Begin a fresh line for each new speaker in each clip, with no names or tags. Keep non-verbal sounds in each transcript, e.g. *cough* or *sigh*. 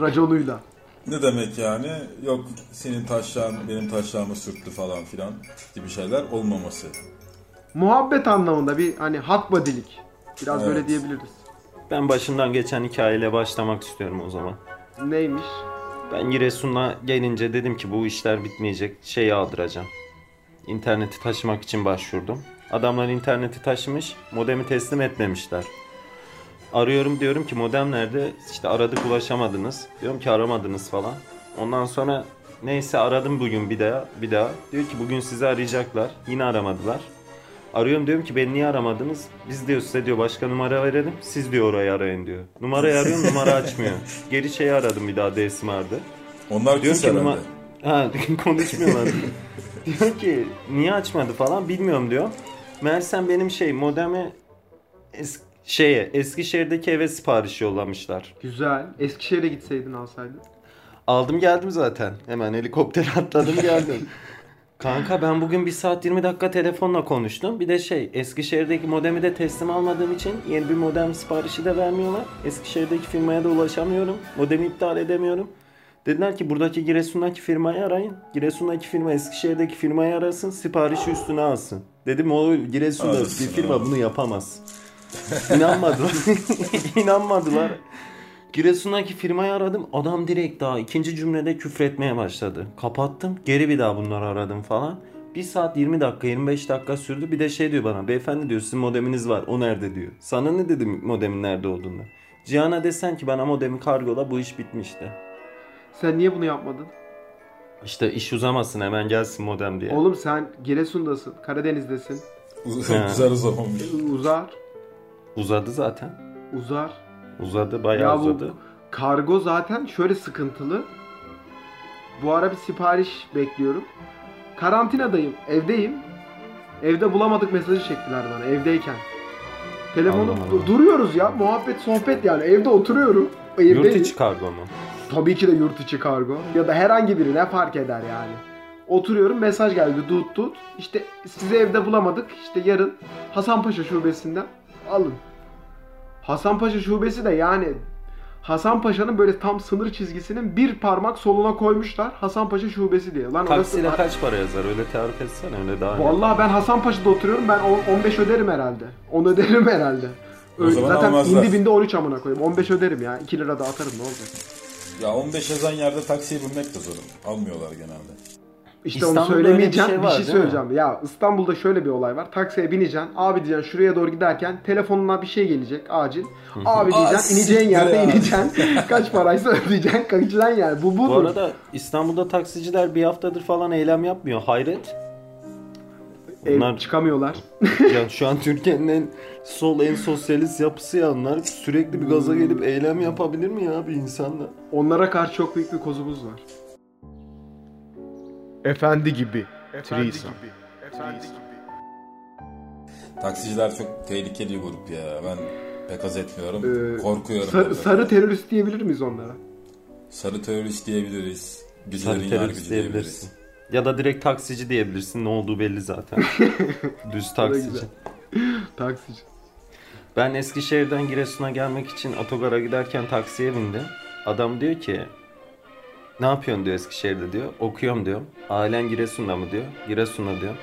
raconuyla.
Ne demek yani? Yok senin taşlan benim taşlarımı sürttü falan filan gibi şeyler olmaması.
Muhabbet anlamında bir hani hat badilik. Biraz
Evet.
böyle diyebiliriz.
Ben başından geçen hikayeyle başlamak istiyorum o zaman.
Neymiş?
Ben Giresun'a gelince dedim ki bu işler bitmeyecek. Şeyi aldıracağım. İnterneti taşımak için başvurdum. Adamlar interneti taşımış, modemi teslim etmemişler. Arıyorum diyorum ki modem nerede? İşte aradık ulaşamadınız. Diyorum ki aramadınız falan. Ondan sonra neyse aradım bugün bir daha, bir daha. Diyor ki bugün sizi arayacaklar. Yine aramadılar. Arıyorum diyorum ki beni niye aramadınız? Biz diyor size diyor başka numara verelim. Siz diyor orayı arayın diyor. Numarayı arıyorum numara açmıyor. Geri şeyi aradım bir daha DSM vardı.
Onlar
Diyor
diyor
ki
herhalde.
numa... Ha, *laughs* konuşmuyorlar. diyor ki niye açmadı falan bilmiyorum diyor. Meğersem benim şey modemi es- şeye Eskişehir'deki eve sipariş yollamışlar.
Güzel. Eskişehir'e gitseydin alsaydın.
Aldım geldim zaten. Hemen helikoptere *laughs* atladım geldim. Kanka ben bugün 1 saat 20 dakika telefonla konuştum. Bir de şey Eskişehir'deki modemi de teslim almadığım için yeni bir modem siparişi de vermiyorlar. Eskişehir'deki firmaya da ulaşamıyorum. Modemi iptal edemiyorum. Dediler ki buradaki Giresun'daki firmayı arayın. Giresun'daki firma Eskişehir'deki firmayı arasın. Siparişi üstüne alsın. Dedim o Giresun'da bir
Arasın,
firma
arasın.
bunu yapamaz. İnanmadılar. *laughs* İnanmadılar. Giresun'daki firmayı aradım. Adam direkt daha ikinci cümlede küfretmeye başladı. Kapattım. Geri bir daha bunları aradım falan. 1 saat 20 dakika 25 dakika sürdü. Bir de şey diyor bana. Beyefendi diyor sizin modeminiz var. O nerede diyor. Sana ne dedim modemin nerede olduğunu. Cihan'a desen ki bana modemi kargola bu iş bitmişti.
Sen niye bunu yapmadın?
İşte iş uzamasın hemen gelsin modem diye.
Oğlum sen Giresun'dasın, Karadeniz'desin.
Ha.
*laughs* Güzel uzamış.
Uzar,
Uzadı zaten.
uzar.
Uzadı bayağı
Ya bu-
uzadı.
Kargo zaten şöyle sıkıntılı. Bu ara bir sipariş bekliyorum. Karantinadayım, evdeyim. Evde bulamadık mesajı çektiler bana evdeyken. Telefonu
Allah Allah.
du- duruyoruz ya. Muhabbet, sohbet yani. Evde oturuyorum. Evdeyim.
Yurt içi kargo mu?
Tabii ki de yurt içi kargo. Ya da herhangi biri ne fark eder yani. Oturuyorum mesaj geldi dut dut. İşte sizi evde bulamadık. İşte yarın Hasanpaşa şubesinden alın. Hasanpaşa şubesi de yani Hasanpaşa'nın böyle tam sınır çizgisinin bir parmak soluna koymuşlar. Hasanpaşa şubesi diye. Lan orası...
Taksiyle kaç para yazar öyle tarif etsene öyle daha iyi.
Vallahi ben Hasanpaşa'da oturuyorum. Ben on- 15 öderim herhalde. 10 öderim herhalde.
O
Öyle.
zaman
Zaten
almazlar.
indi binde 13 amına koyayım. 15 öderim ya. 2 lira da atarım ne olacak.
Ya 15 yazan yerde taksiye binmek de zor. Almıyorlar genelde.
İşte onu
İstanbul'da öyle bir
söylemeyeceğim. Bir şey,
şey var, değil mi?
söyleyeceğim. Ya İstanbul'da şöyle bir olay var. Taksiye bineceksin. Abi diyeceksin şuraya doğru giderken telefonuna bir şey gelecek acil. Abi diyeceksin
Aa,
ineceğin yerde
siktir ya.
ineceksin. *laughs* Kaç paraysa ödeyeceksin. Kaçacaksın yani. Bu budur.
Bu arada İstanbul'da taksiciler bir haftadır falan eylem yapmıyor. Hayret.
Ev-
Bunlar
çıkamıyorlar.
ya şu an Türkiye'nin en sol en sosyalist yapısı ya onlar sürekli bir gaza gelip eylem yapabilir mi ya bir insanla?
Onlara karşı çok büyük bir kozumuz var. Efendi gibi.
Efendi
Threesome.
gibi. Efendi gibi.
Taksiciler çok tehlikeli bir grup ya. Ben pek haz etmiyorum.
Ee,
Korkuyorum.
Sarı,
onlara.
sarı terörist diyebilir miyiz onlara?
Sarı terörist diyebiliriz. Bizlerin
Sarı
yargıcı
terörist diyebilirsin.
diyebiliriz.
Ya da direkt taksici diyebilirsin. Ne olduğu
*laughs*
belli zaten. Düz taksici.
güzel. Taksici.
Ben Eskişehir'den Giresun'a gelmek için otogara giderken taksiye bindim. Adam diyor ki ne yapıyorsun diyor Eskişehir'de diyor. Okuyorum diyor. Ailen Giresun'da mı diyor. Giresun'da diyor.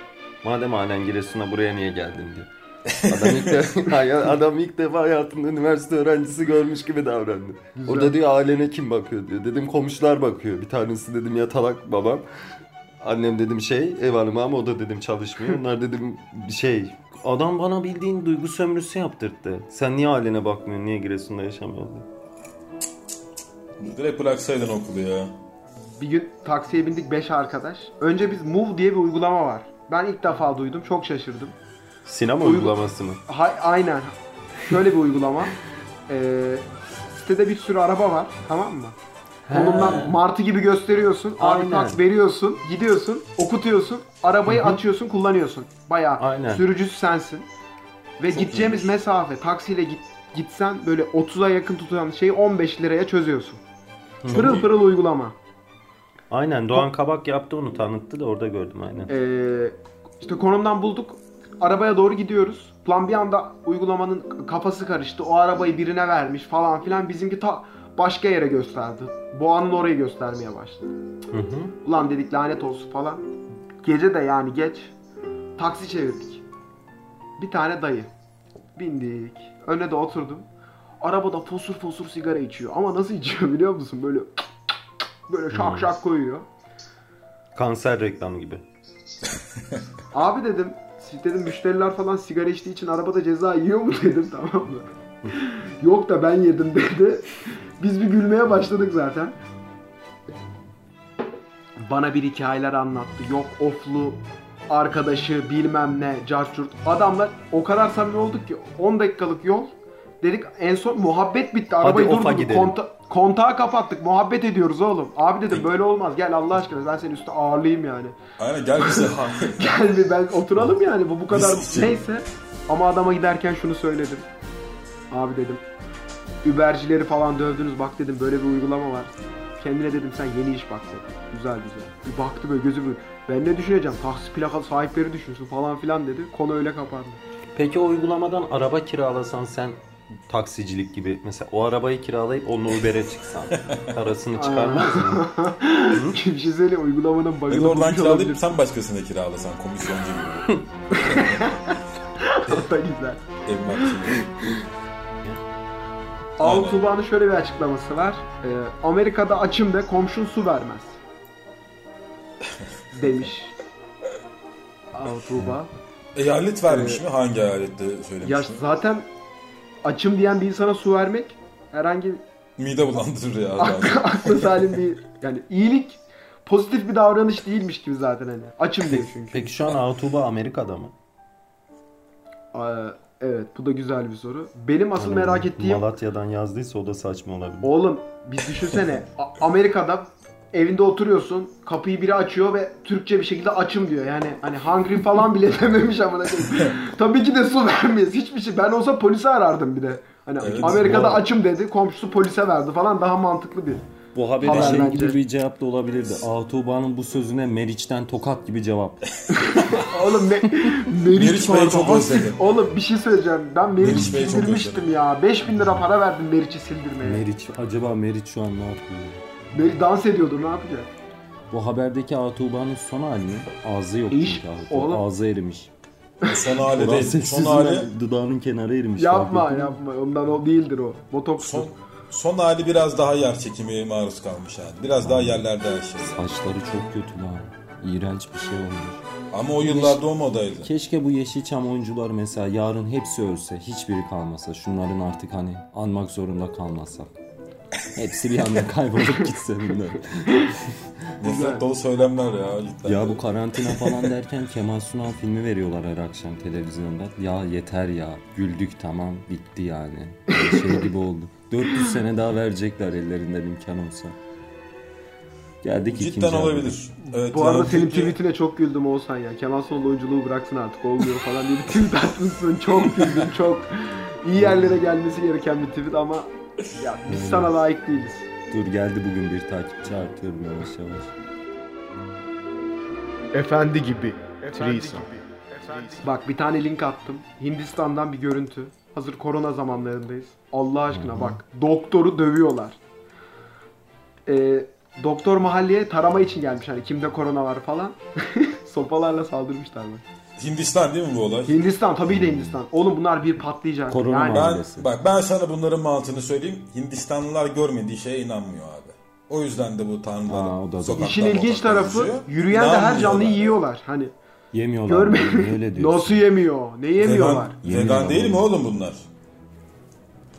Madem ailen Giresun'a buraya niye geldin diyor. Adam ilk, defa, adam ilk defa hayatında üniversite öğrencisi görmüş gibi davrandı.
Güzel.
Orada diyor ailene kim bakıyor diyor. Dedim komşular bakıyor. Bir tanesi dedim yatalak babam. Annem dedim şey ev hanımı ama o da
*laughs*
dedim çalışmıyor. Onlar dedim şey adam bana bildiğin duygu sömürüsü yaptırdı. Sen niye ailene bakmıyorsun? Niye Giresun'da yaşamıyorsun?
Direkt bıraksaydın okulu ya.
Bir gün taksiye bindik 5 arkadaş. Önce biz Move diye bir uygulama var. Ben ilk defa duydum. Çok şaşırdım.
Sinema
Uygu-
uygulaması mı?
Ha- aynen. Şöyle bir uygulama. Ee, sitede bir sürü araba var. Tamam mı? Onunla martı gibi gösteriyorsun. Abi
Aynen.
tak veriyorsun. Gidiyorsun. Okutuyorsun. Arabayı açıyorsun. Kullanıyorsun. Bayağı
Aynen.
sürücüsü sensin. Ve gideceğimiz mesafe taksiyle git, gitsen böyle 30'a yakın tutan şeyi 15 liraya çözüyorsun. Pırıl
iyi.
pırıl uygulama.
Aynen Doğan Kabak yaptı onu tanıttı da orada gördüm aynen.
E-
Ee, işte konumdan bulduk. Arabaya doğru gidiyoruz. Plan bir anda uygulamanın kafası karıştı. O arabayı birine vermiş falan filan. Bizimki ta başka yere gösterdi. Boğanın orayı göstermeye başladı.
Hı hı.
Ulan dedik lanet olsun falan. Gece de yani geç. Taksi çevirdik. Bir tane dayı. Bindik. Önüne de oturdum. Arabada fosur fosur sigara içiyor. Ama nasıl içiyor biliyor musun? Böyle *laughs* böyle şak şak koyuyor.
Kanser reklamı gibi.
Abi dedim, dedim müşteriler falan sigara içtiği için arabada ceza yiyor mu *laughs* dedim tamam mı? Yok da ben yedim *laughs* dedi. Biz bir gülmeye başladık zaten. Bana bir hikayeler anlattı. Yok oflu arkadaşı bilmem ne carçurt. Adamlar o kadar samimi olduk ki 10 dakikalık yol dedik en son muhabbet bitti. Arabayı
ofa
durdurduk.
gidelim.
Konta- kontağı kapattık. Muhabbet ediyoruz oğlum. Abi dedim böyle olmaz. Gel Allah aşkına ben seni üstü ağırlayayım yani.
Aynen gel
*laughs*
bize.
Gel bir ben oturalım yani bu bu kadar
Biz-
neyse. Ama adama giderken şunu söyledim. Abi dedim. Uber'cileri falan dövdünüz bak dedim böyle bir uygulama var. Kendine dedim sen yeni iş bak dedim. Güzel güzel. Bir baktı böyle gözü böyle. Ben ne düşüneceğim? Taksi plaka sahipleri düşünsün falan filan dedi. Konu öyle kapandı.
Peki o uygulamadan araba kiralasan sen taksicilik gibi mesela o arabayı kiralayıp onunla Uber'e
*laughs*
çıksan parasını çıkarmaz mı?
*laughs* Şimdi Şizeli şey uygulamanın
Biz
bug'ını
oradan
bulmuş
kiralayıp
şey olabilir.
sen başkasına kiralasan komisyoncu gibi.
Hatta güzel.
Emlak gibi. Aynen.
Autobahn'ın şöyle bir açıklaması var. Ee, Amerika'da açım de komşun su vermez. Demiş. Autobahn.
Eyalet
Ee,
vermiş mi? Hangi eyalette söylemiş
Ya
mi?
zaten açım diyen bir insana su vermek herhangi *laughs*
Mide bulandırır ya.
*laughs*
aklı, aklı salim bir yani iyilik pozitif bir davranış değilmiş gibi zaten hani. Açım diyor çünkü.
Peki şu an Autoba Amerika'da mı?
Aa, evet bu da güzel bir soru. Benim asıl merak ettiğim
Malatya'dan yazdıysa o da saçma olabilir.
Oğlum biz düşünsene A- Amerika'da evinde oturuyorsun kapıyı biri açıyor ve Türkçe bir şekilde açım diyor. Yani hani hungry falan bile *laughs* dememiş ama Tabii ki de su *laughs* vermeyiz. Hiçbir şey. Ben olsa polisi arardım bir de. Hani
Evet,
Amerika'da
doğru.
açım dedi. Komşusu polise verdi falan daha mantıklı bir.
Bu habere
Haber
şey
bence.
gibi bir cevap da olabilirdi. Autoba'nın bu sözüne Meriç'ten tokat gibi cevap.
Oğlum
*laughs*
ne
Meriç
Meriç
Bey'i
vardı.
çok
O-
özledim.
Oğlum bir şey söyleyeceğim. Ben Meriç'i
Meriç Bey'i çok
sildirmiştim
özledim.
ya. 5000 lira para verdim Meriç'i sildirmeye.
Meriç, acaba Meriç şu an ne yapıyor?
Meriç dans ediyordu ne yapacak?
Bu haberdeki Autoba'nın son hali mi? Ağzı yok
İş-
çünkü Atuba.
oğlum.
Ağzı erimiş.
Son hali
Ulan
değil. Son
sessiz
hali,
ulan, dudağının kenarı erimiş.
Yapma
fark ettin mi?
yapma. Ondan o değildir o. Motoksu.
son, son hali biraz daha yer çekimi maruz kalmış yani. Biraz daha yerlerde her şey.
Saçları çok kötü lan. İğrenç bir şey olmuş.
Ama o yıllarda o modaydı.
Keşke bu Yeşilçam oyuncular mesela yarın hepsi ölse, hiçbiri kalmasa, şunların artık hani anmak zorunda kalmasak. Hepsi bir
*laughs*
anda kaybolup gitse bunlar.
Nefret dolu söylemler ya. Cidden.
ya bu karantina falan derken Kemal Sunal filmi veriyorlar her akşam televizyonda. Ya yeter ya, güldük tamam, bitti yani. Yani Şey gibi oldu. 400 sene daha verecekler ellerinden imkan olsa. Geldik ikinci
Cidden
habere.
olabilir. Evet,
Bu arada
yani
senin
Türkiye-
tweetine çok güldüm Oğuzhan ya. Kemal Sunal oyunculuğu bıraksın artık olmuyor falan diye bir tweet atmışsın. Çok güldüm çok. iyi yerlere gelmesi gereken bir tweet ama ya biz sana layık değiliz.
Dur geldi bugün bir takipçi artıyorum yavaş yavaş.
Efendi gibi. Threesome.
Bak bir tane link attım. Hindistan'dan bir görüntü. Hazır korona zamanlarındayız. Allah aşkına bak. Doktoru dövüyorlar. Ee, doktor mahalleye tarama için gelmiş. Hani kimde korona var falan. *laughs* Sopalarla saldırmışlar bak.
Hindistan değil mi bu olay?
Hindistan tabii ki de Hindistan. Oğlum bunlar bir patlayacak.
Korona
yani,
var.
Ben
Maalesef.
bak ben sana bunların mantığını söyleyeyim. Hindistanlılar görmediği şeye inanmıyor abi. O yüzden de bu
Aa, o da
tanrıların
doğru.
sokakta
İşin ilginç
sokakta
tarafı
geziyor.
yürüyen de her canlıyı
İnanmıyorlar.
yiyorlar. Hani
Yemiyorlar.
görme
Niye öyle diyorsun?
Nasıl yemiyor? Ne yemiyorlar?
Vegan, vegan
Yemiyorlar.
değil mi oğlum bunlar?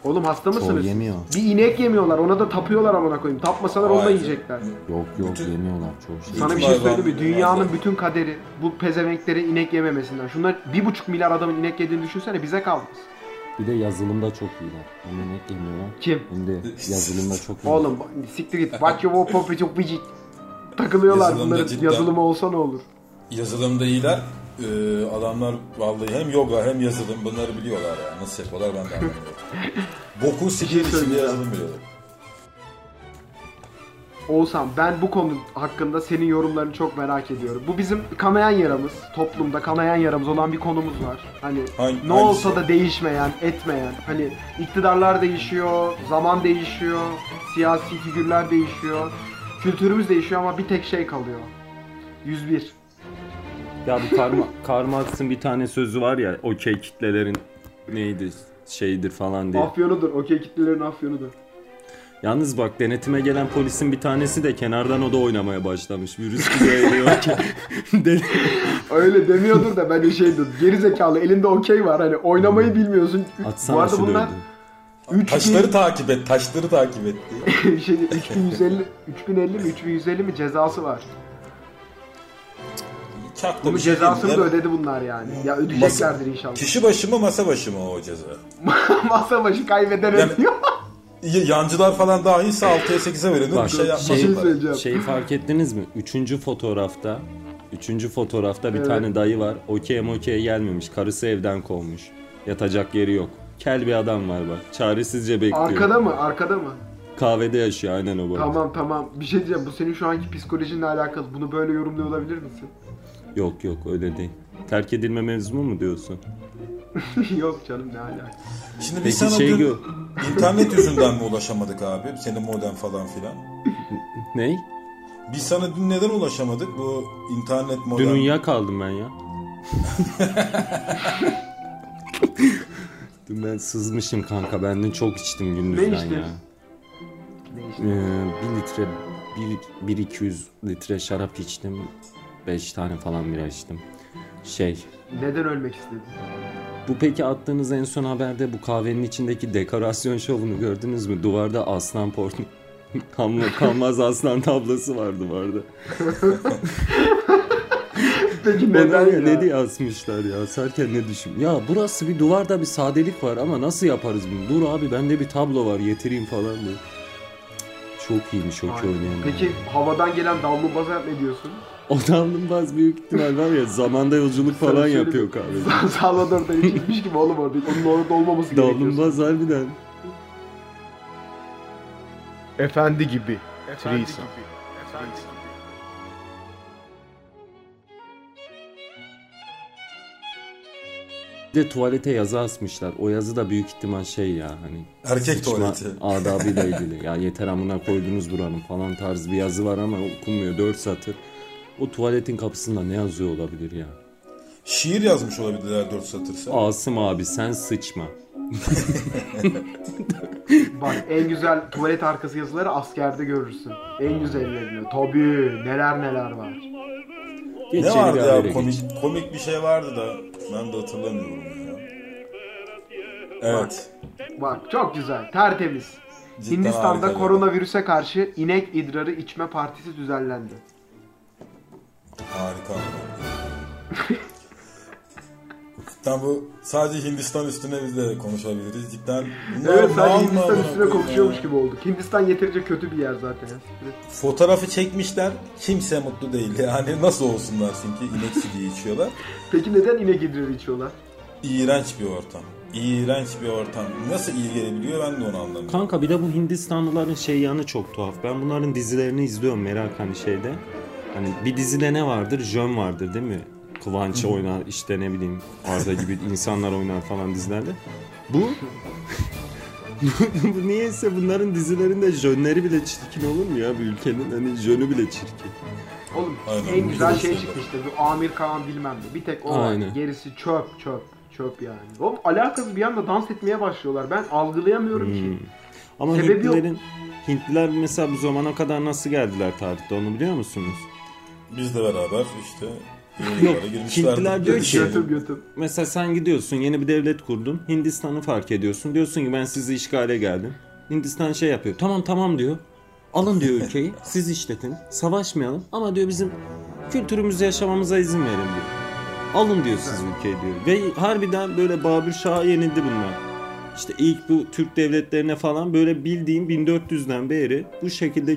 Oğlum hasta mısınız? siz?
yemiyor.
Bir inek yemiyorlar. Ona da tapıyorlar amına koyayım. Tapmasalar onu da
Hayır.
yiyecekler.
Yok yok
Bütün-
yemiyorlar çoğu şey.
Sana bir
Bütün
şey söyleyeyim mi?
hayvan-
Dünyanın
hayvan.
bütün kaderi bu pezevenkleri inek yememesinden. Şunlar bir buçuk milyar adamın inek yediğini düşünsene bize kalmaz.
Bir de yazılımda çok iyiler. Hem yemek yemiyorlar
Kim?
hem de
E,
yazılımda çok iyiler.
Oğlum bak- siktir git. Bak yo bu popi çok bicik. Takılıyorlar
Yazılımda
bunların
cidden.
yazılımı olsa ne olur?
Yazılımda iyiler. Ee, adamlar vallahi hem yoga hem yazılım bunları biliyorlar ya. Nasıl yapıyorlar ben
*laughs*
de
şey
anlamıyorum. Boku sikir içinde
söyleyeceğim.
yazılım biliyorlar.
Oğuzhan ben bu konu hakkında senin yorumlarını çok merak ediyorum. Bu bizim kanayan yaramız. Toplumda kanayan yaramız olan bir konumuz var. Hani
Hangi-
ne
hangisi?
olsa da değişmeyen, etmeyen. Hani iktidarlar değişiyor, zaman değişiyor, siyasi figürler değişiyor. Kültürümüz değişiyor ama bir tek şey kalıyor. 101.
Ya bu Karma, Karl Marx'ın bir tane sözü var ya okey kitlelerin neydi şeydir falan diye.
Afyonudur. Okey kitlelerin afyonudur.
Yalnız bak denetime gelen polisin bir tanesi de kenardan o da oynamaya başlamış. Virüs
*laughs*
bize eriyor ki. Deli-
Öyle demiyordur da ben de şey dedim. Geri zekalı elinde okey var hani oynamayı
Hmm.
bilmiyorsun. Üç- Bu
Atsana
arada
şu
bunlar
dördü.
üç
Taşları takip et, taşları takip et diye.
bin- şey, 3150 3050 mi 3150 mi cezası var.
İki hafta
Bunun
bir şey
cezasını da
dediler.
ödedi bunlar yani. Ya ödeyeceklerdir inşallah.
Kişi başı mı masa başı mı o ceza?
*laughs* Masa başı kaybeden
Yani-
*laughs*
ödüyor.
Y- Yancılar falan dahilse 6'ya 8'e verilir
Bak,
bir şey
Bir şey
yapmazlar.
söyleyeceğim.
Şeyi fark ettiniz mi? Üçüncü fotoğrafta Üçüncü fotoğrafta bir
Evet.
tane dayı var. Okey mokey gelmemiş. Karısı evden kovmuş. Yatacak yeri yok. Kel bir adam var bak. Çaresizce bekliyor.
Arkada mı? Arkada mı?
Kahvede yaşıyor aynen o bu arada.
Tamam tamam. Bir şey diyeceğim. Bu senin şu anki psikolojinle alakalı. Bunu böyle yorumluyor olabilir misin? *laughs*
Yok yok öyle değil. Terk edilme mevzumu mu diyorsun?
Yok canım ne alakası.
Şimdi biz
Peki
sana
şey
dün
gö-
internet yüzünden mi ulaşamadık abi? Senin modem falan filan.
Ney?
Biz sana dün neden ulaşamadık? Bu internet modem.
Dün uyuyakaldım ben ya. Dün ben sızmışım kanka. Ben dün çok içtim gündüzden
Ne içtin?
ya.
Ne işte.
Ee, bir litre, bir, bir iki yüz litre şarap içtim. Beş tane falan bira içtim. Şey,
Neden ölmek
*laughs*
istedin?
bu peki attığınız en son haberde bu kahvenin içindeki dekorasyon şovunu gördünüz mü? Duvarda aslan porno. *laughs* Kanma- Kanmaz aslan tablası vardı vardı.
Peki neden
Neden
ya?
ne diye asmışlar ya? Serken ne düşün? Ya burası bir duvarda bir sadelik var ama nasıl yaparız bunu? Dur abi bende bir tablo var getireyim falan diye. Çok iyiymiş o
Aynen.
oynayan.
Peki havadan gelen davlu bazar ne diyorsun?
O davlumbaz büyük ihtimal var ya zamanda yolculuk
Sana
falan
şöyle
yapıyor
bir- *laughs*
kahvede.
Sa- Salvador'dan çıkmış gibi oğlum orada. Onun orada olmaması gerekiyor.
Davlumbaz harbiden.
Efendi gibi.
Efendi
Teresa.
gibi. Efendi gibi.
Bir de tuvalete yazı asmışlar. O yazı da büyük ihtimal şey ya hani
Erkek
sıçma
tuvaleti.
adabıyla ilgili. Ya yeter amına koydunuz buranın falan tarz bir yazı var ama okunmuyor. Dört satır. O tuvaletin kapısında ne yazıyor olabilir ya?
Şiir yazmış olabilirler 4 satırsa.
Asım abi sen sıçma.
Bak en güzel tuvalet arkası yazıları askerde görürsün. En güzellerini. Tabii neler neler var.
Geç
ne
yeni
vardı
bir
ya
habere
komik
geç.
komik bir şey vardı da ben de hatırlamıyorum ya. Evet.
Bak çok güzel, tertemiz.
Cidden
Hindistan'da
harika.
koronavirüse karşı inek idrarı içme partisi düzenlendi.
Harika. Cidden bu sadece Hindistan üstüne biz de konuşabiliriz. Cidden bunlar
Evet
mal
sadece
mı
Hindistan
amına
üstüne
koyayım
konuşuyormuş
ya?
gibi olduk. Hindistan yeterince kötü bir yer zaten.
Fotoğrafı çekmişler. Kimse mutlu değil. *laughs* Yani nasıl olsunlar çünkü inek sütü içiyorlar.
Peki neden inek idrarı içiyorlar?
İğrenç bir ortam. İğrenç bir ortam. Nasıl iyi gelebiliyor ben de onu anlamıyorum.
Kanka bir de bu Hindistanlıların şey yanı çok tuhaf. Ben bunların dizilerini izliyorum merak hani şeyde. Hani bir dizide ne vardır? Jön vardır değil mi? Kıvanç oynar işte ne bileyim
*laughs*
Arda gibi insanlar oynar falan dizilerde. Bu *laughs* bu niyeyse bunların dizilerinde jönleri bile çirkin olur mu ya bu ülkenin? Hani jönü bile çirkin.
Oğlum
Aynen,
en güzel
güzel
şey
şeyler.
çıktı işte bu Amir Kağan bilmem ne. Bir tek o var.
Aynen.
Gerisi çöp çöp çöp yani. Oğlum alakasız bir anda dans etmeye başlıyorlar. Ben algılayamıyorum
Hmm.
ki.
Ama
Sebebi yok.
Hintlilerin Hintliler mesela bu zamana kadar nasıl geldiler tarihte onu biliyor musunuz?
Biz de beraber işte
Yok,
yollara girmişlerdi.
Hintliler diyor ki
Götüm götüm.
Mesela sen gidiyorsun yeni bir devlet kurdun. Hindistan'ı fark ediyorsun. Diyorsun ki ben sizi işgale geldim. Hindistan şey yapıyor. Tamam tamam diyor. Alın diyor ülkeyi. siz işletin. Savaşmayalım ama diyor bizim kültürümüzü yaşamamıza izin verin diyor. Alın diyor siz ülkeyi diyor. Ve harbiden böyle Babür Şah'a yenildi bunlar. İşte ilk bu Türk devletlerine falan böyle bildiğim 1400'den beri bu şekilde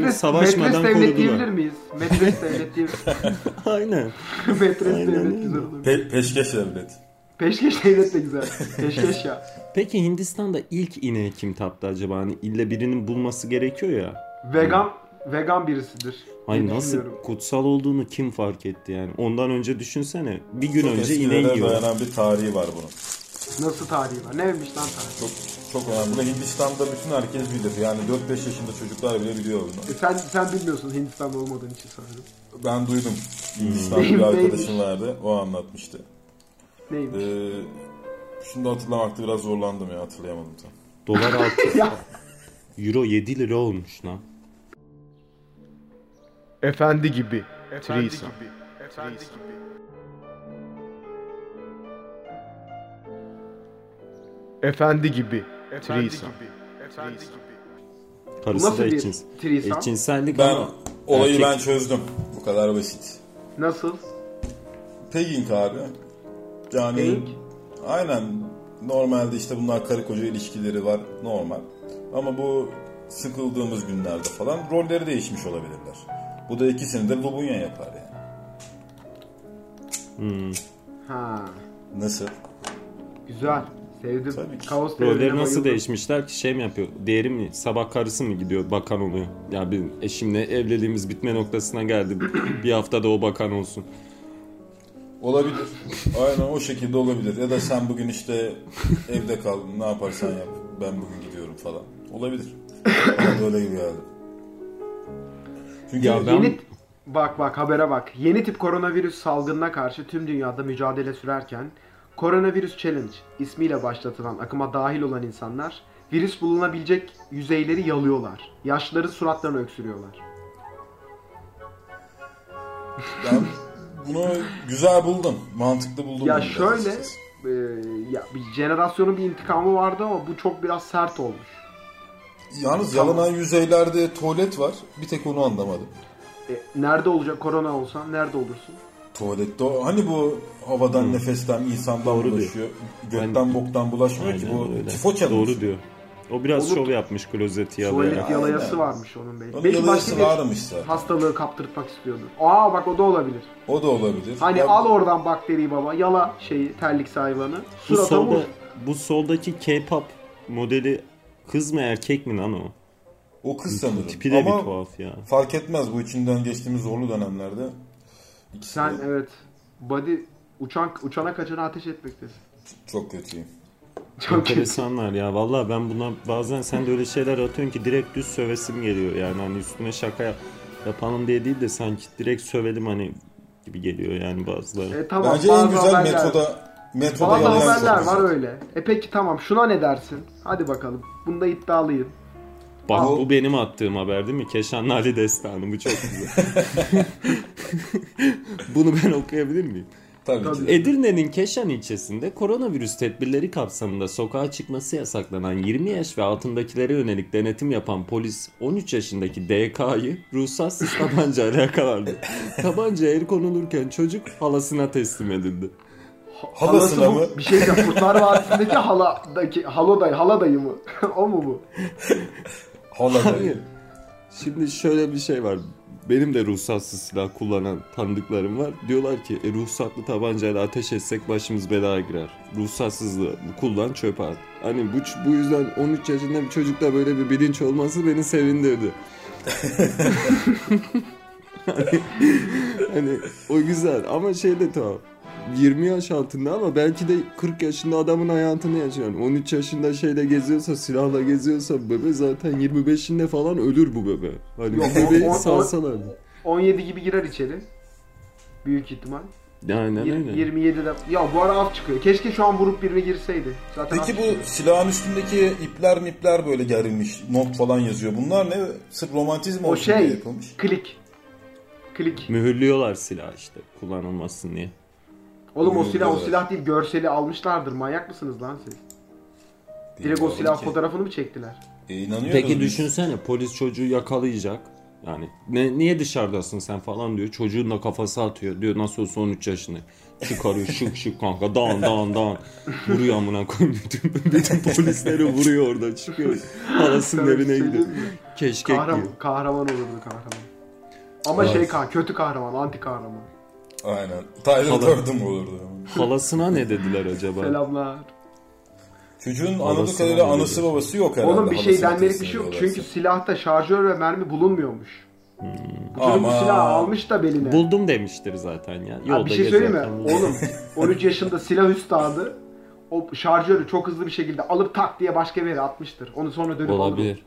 Metres, metres
savaşmadan
devlet diyebilir
korudular.
miyiz?
*laughs*
Metres devlet diyebilir
Aynen.
*laughs* Metres
Aynen
devlet
öyle.
güzel olur.
Pe- peşkeş devlet.
Peşkeş devlet de güzel. Peşkeş ya.
Peki Hindistan'da ilk ineği kim taptı acaba? Hani illa birinin bulması gerekiyor ya.
Vegan vegan birisidir.
Hayır
diye
nasıl
düşünüyorum.
kutsal olduğunu kim fark etti yani? Ondan önce düşünsene. Bir gün
Çok
önce
eskilere
ineği yiyor.
dayanan bir tarihi var bunun.
Nasıl tarihi var? Neymiş lan tarihi?
Çok çok önemli. Bu da Hindistan'da bütün herkes bilir. Yani 4-5 yaşında çocuklar bile biliyor bunu.
E sen, sen bilmiyorsun Hindistan'da olmadığın için sanırım.
Ben duydum. Hindistan'da bir
Hmm.
Neymiş?
arkadaşım vardı. O anlatmıştı.
Neymiş?
Ee, şimdi hatırlamakta biraz zorlandım ya hatırlayamadım tam.
Dolar
*laughs*
6.
Ya.
Euro 7 lira olmuş lan.
Efendi gibi.
Efendi
Threesome.
gibi. Efendi
Threesome.
gibi.
Efendi gibi.
Efendi
Threesome.
gibi. Efendi gibi.
Bu
Karısı
nasıl
da
bir
eşcins.
threesome?
Eşcinsellik
Ben
ama
olayı
erkek-
ben çözdüm. Bu kadar basit.
Nasıl?
Pegging abi. Yani
Pegging?
aynen normalde işte bunlar karı koca ilişkileri var normal. Ama bu sıkıldığımız günlerde falan rolleri değişmiş olabilirler. Bu da ikisini de Lubunya yapar yani.
Ha,
Nasıl?
güzel. Sevdim.
Tabii ki.
Kaos teorilerine
Rolleri nasıl
bayıldım.
değişmişler ki şey mi yapıyor? Diğeri mi sabah karısı mı gidiyor bakan oluyor? Ya bir eşimle evliliğimiz bitme noktasına geldi. *clears throat* bir haftada o bakan olsun.
Olabilir. *laughs* Aynen o şekilde olabilir. Ya da sen bugün işte evde kal, ne yaparsan yap. Ben bugün gidiyorum falan. Olabilir. Bana böyle gibi geldi. Çünkü
Ya ben-
Yeni bak bak habere bak. Yeni tip koronavirüs salgınına karşı tüm dünyada mücadele sürerken Koronavirüs Challenge ismiyle başlatılan akıma dahil olan insanlar virüs bulunabilecek yüzeyleri yalıyorlar. Yaşlıların suratlarını öksürüyorlar.
ben bunu güzel buldum. Mantıklı buldum.
Ya
bunu biraz
şöyle
açıkçası.
e, ya bir jenerasyonun bir intikamı vardı ama bu çok biraz sert olmuş.
Yalnız yalanan yüzeylerde tuvalet var. Bir tek onu anlamadım.
E, nerede olacak korona olsan nerede olursun?
Tuvalette o- hani bu havadan nefesten insandan
Hmm. Doğru
bulaşıyor. Gökten
Ben-
boktan bulaşmıyor ki bu
Aynen öyle.
tifo çalıyor.
Doğru diyor. O biraz
Olur.
şov yapmış klozeti
Tuvalet
yalayarak.
yalayası varmış onun belki.
Onun
Belki
yalayası
başka bir
varmışsa.
hastalığı kaptırtmak istiyordu. Aa bak o da olabilir.
O da olabilir.
Hani
Ya-
al oradan bakteriyi baba, yala şeyi, terlik hayvanı,
Bu
surata vur.
solda bu soldaki K-pop modeli kız mı erkek mi lan o?
O kız sanırım.
Tipi de
Ama
bir tuhaf ya.
fark etmez bu içinden geçtiğimiz zorlu dönemlerde. İkisi
Sen
de
evet, body uçan uçana kaçana ateş etmektesin.
çok kötüyüm.
Çok kötü.
Enteresanlar ya. Vallahi ben buna bazen sen de öyle şeyler atıyorsun ki direkt düz sövesim geliyor. Yani hani üstüne şaka yap- yapalım diye değil de sanki direkt sövelim hani gibi geliyor yani bazıları.
E tamam,
Bence
bazı
en güzel
haberler-
metoda metoda
Bazı
yalayan
haberler
çok
var
güzel.
öyle. E peki tamam, şuna ne dersin? Hadi bakalım, bunda iddialıyım.
Bak
Ama-
bu benim attığım haber değil mi? Keşan Ali Destanı bu çok güzel. *laughs* Bunu ben okuyabilir miyim?
Tabii,
Tabii.
ki. de.
Edirne'nin Keşan ilçesinde koronavirüs tedbirleri kapsamında sokağa çıkması yasaklanan 20 yaş ve altındakilere yönelik denetim yapan polis 13 yaşındaki DK'yı ruhsatsız tabancayla yakalandı. Tabanca el konulurken çocuk halasına teslim edildi.
Halasına
Halası bu-
mı?
Bir şey de Kurtlar Vadisi'ndeki haladaki halo dayı, hala dayı mı? *laughs* o mu bu?
Hala
Hayır. Şimdi şöyle bir şey var. Benim de ruhsatsız silah kullanan tanıdıklarım var. Diyorlar ki e, ruhsatlı tabancayla ateş etsek başımız belaya girer. Ruhsatsızlığı kullan çöpe at. Hani bu, ç- bu yüzden 13 yaşında bir çocukta böyle bir bilinç olması beni sevindirdi. hani, hani o güzel ama şey de tuhaf. 20 yaş altında ama belki de 40 yaşında adamın hayatını yaşıyor. 13 yaşında şeyle geziyorsa, silahla geziyorsa bebe zaten 25'inde falan ölür bu bebe. Hani
Yok,
bu bebeği
on- on-
salsalar.
17 gibi girer içeri. Büyük ihtimal.
Aynen
Yir-
öyle.
27'de. Ya bu ara af çıkıyor. Keşke şu an vurup birine girseydi. Zaten af
Peki
çıkıyor.
bu silahın üstündeki ipler mipler böyle gerilmiş. Not falan yazıyor. Bunlar ne? Sırf romantizm
o
olsun diye
şey,
yapılmış.
klik. Klik.
Mühürlüyorlar silah işte kullanılmasın diye.
Oğlum o
Bilmiyorum,
silah o
evet.
silah değil görseli almışlardır. Manyak mısınız lan siz? Direkt o
Bilmiyorum
silah
ki.
fotoğrafını mı çektiler?
E, inanıyoruz
Peki
biz.
düşünsene polis çocuğu yakalayacak. Yani ne, niye dışarıdasın sen falan diyor. Çocuğun da kafası atıyor. Diyor nasıl olsa 13 yaşında.
*laughs*
Çıkarıyor şık şık kanka dağın dağın dağın. Vuruyor amına koyayım. *laughs* Bütün, bütün polisleri vuruyor orada çıkıyor. Halasının
Sana bir
evine
şey
gidiyor.
diyeyim mi?
Keşkek
Kahraman,
diyor.
kahraman olurdu kahraman. Ama
Evet.
şey kah kötü kahraman, anti kahraman.
Aynen. Tyler
Hala-
Durden olurdu.
Halasına ne dediler acaba?
Selamlar.
Çocuğun anladığı
Babasına
kadarıyla
ne
anası
diyor?
babası yok herhalde.
Oğlum bir şey
halasına
denmelik bir
teslim
şey yok.
ediyorlarsa.
Çünkü silahta şarjör ve mermi bulunmuyormuş. Çocuk bu
Aman.
silahı almış da beline.
Buldum demiştir zaten ya. Yolda
Abi bir şey söyleyeyim mi?
gezerken buldum.
Oğlum 13 yaşında silah üstadı o şarjörü çok hızlı bir şekilde alıp tak diye başka bir yere atmıştır. Onu sonra dönüp alır.
Olabilir.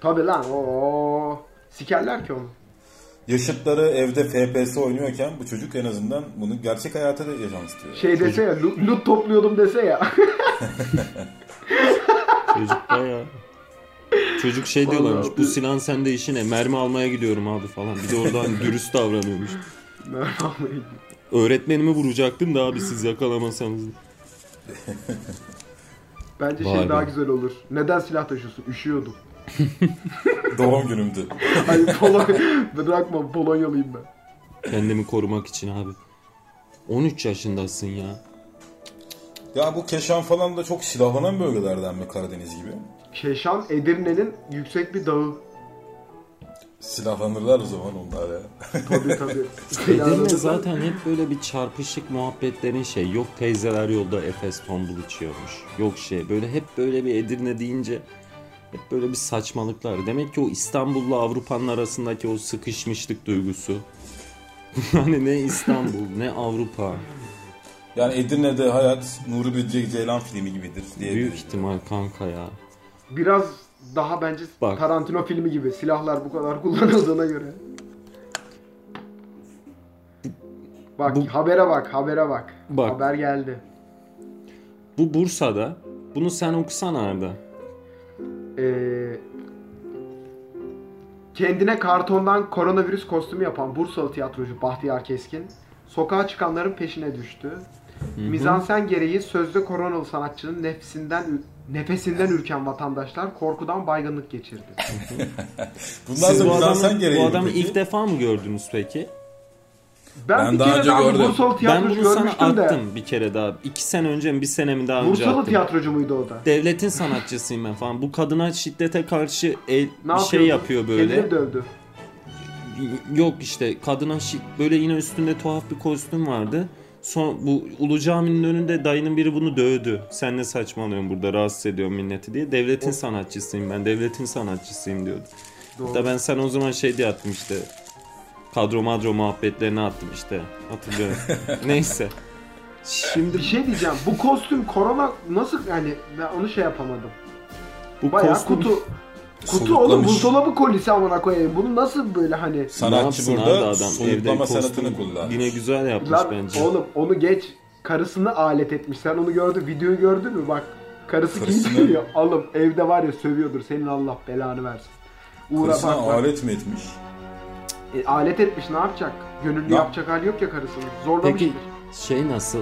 Tabi lan o sikerler ki onu.
Yaşıtları evde FPS oynuyorken bu çocuk en azından bunu gerçek hayata da
*laughs*
yansıtıyor.
Şey dese ya lu- loot topluyordum dese ya. *laughs*
Çocuk bayağı. Çocuk şey diyorlarmış. Bu silahın sende işine. Mermi almaya gidiyorum abi falan. Bir de oradan dürüst davranıyormuş. Öğretmenimi vuracaktım da abi siz yakalamasanız.
Bence
Vay
şey
be.
daha güzel olur. Neden silah taşıyorsun? Üşüyordum. *laughs*
Doğum günümdü.
Hayır Polonya. *laughs* Bırakma Polonyalıyım ben.
Kendimi korumak için abi. 13 yaşındasın ya.
Ya bu Keşan falan da çok silahlanan bölgelerden mi Karadeniz gibi?
Keşan Edirne'nin yüksek bir dağı.
Silahlanırlar o zaman onlar ya.
Tabii tabii.
*laughs* Edirne zaten hep böyle bir çarpışık muhabbetlerin şey. Yok teyzeler yolda Efes tombul içiyormuş. Yok şey böyle hep böyle bir Edirne deyince hep böyle bir saçmalıklar. Demek ki o İstanbul'la Avrupa'nın arasındaki o sıkışmışlık duygusu. *laughs* Yani ne İstanbul ne Avrupa.
Yani Edirne'de hayat Nuri Bilge Ceylan filmi gibidir diye.
Büyük ihtimal kanka ya.
Biraz daha bence
Bak.
Tarantino filmi gibi silahlar bu kadar *laughs* kullanıldığına göre. Bak
Bu-
habere bak habere bak.
Bak.
Haber geldi.
Bu Bursa'da. Bunu sen okusana Arda.
Ee, kendine kartondan koronavirüs kostümü yapan Bursalı tiyatrocu Bahtiyar Keskin sokağa çıkanların peşine düştü. Mizansen gereği sözde koronalı sanatçının nefsinden nefesinden ürken vatandaşlar korkudan baygınlık geçirdi.
Bundan
Siz bu
sonra
adamı,
sen gereği
bu
mi
adamı
peki?
ilk defa mı gördünüz peki?
Ben,
Ben
bir
daha
kere
önce
daha bir
gördüm.
Bursalı
Ben
tiyatrocu
bunu sana
görmüştüm de.
attım bir kere daha. İki sene önce mi bir sene mi daha önce
Bursalı
attım.
tiyatrocu muydu o da?
Devletin sanatçısıyım ben falan. Bu kadına şiddete karşı el,
Ne
bir şey yapıyor böyle.
Kendini dövdü.
Yok işte kadına şi- böyle yine üstünde tuhaf bir kostüm vardı. Son bu Ulu Cami'nin önünde dayının biri bunu dövdü. Sen ne saçmalıyorsun burada rahatsız ediyorsun minneti diye. Devletin sanatçısıyım ben. Devletin sanatçısıyım diyordu.
Doğru.
Hatta ben sana o zaman şey diye attım işte. Kadro madro muhabbetlerini attım işte. Hatırlıyorum. Neyse. Şimdi
Bir şey diyeceğim. Bu kostüm korona nasıl yani ben onu şey yapamadım.
bu
Bayağı
kostüm
kutu kutu oğlum
Soluklamış.
buzdolabı kolisi amına koyayım. Bunu nasıl böyle hani
ne
Sanatçı
yapsın
burada
abi adam? Evde
soluklama
kostüm
sanatını kullanmış.
yine güzel yapmış
lan
bence.
oğlum onu geç karısını alet etmiş. Sen onu gördün videoyu gördün mü? Bak karısı
Karısını-
giydiriyor. Oğlum evde var ya sövüyordur. Senin Allah belanı versin. Uğra
Karısına
bak, bak. Alet...
alet mi etmiş?
alet etmiş ne yapacak? Gönüllü
Ne-
yapacak hali yok ya karısını. Zorlamıştır.
Peki şey nasıl?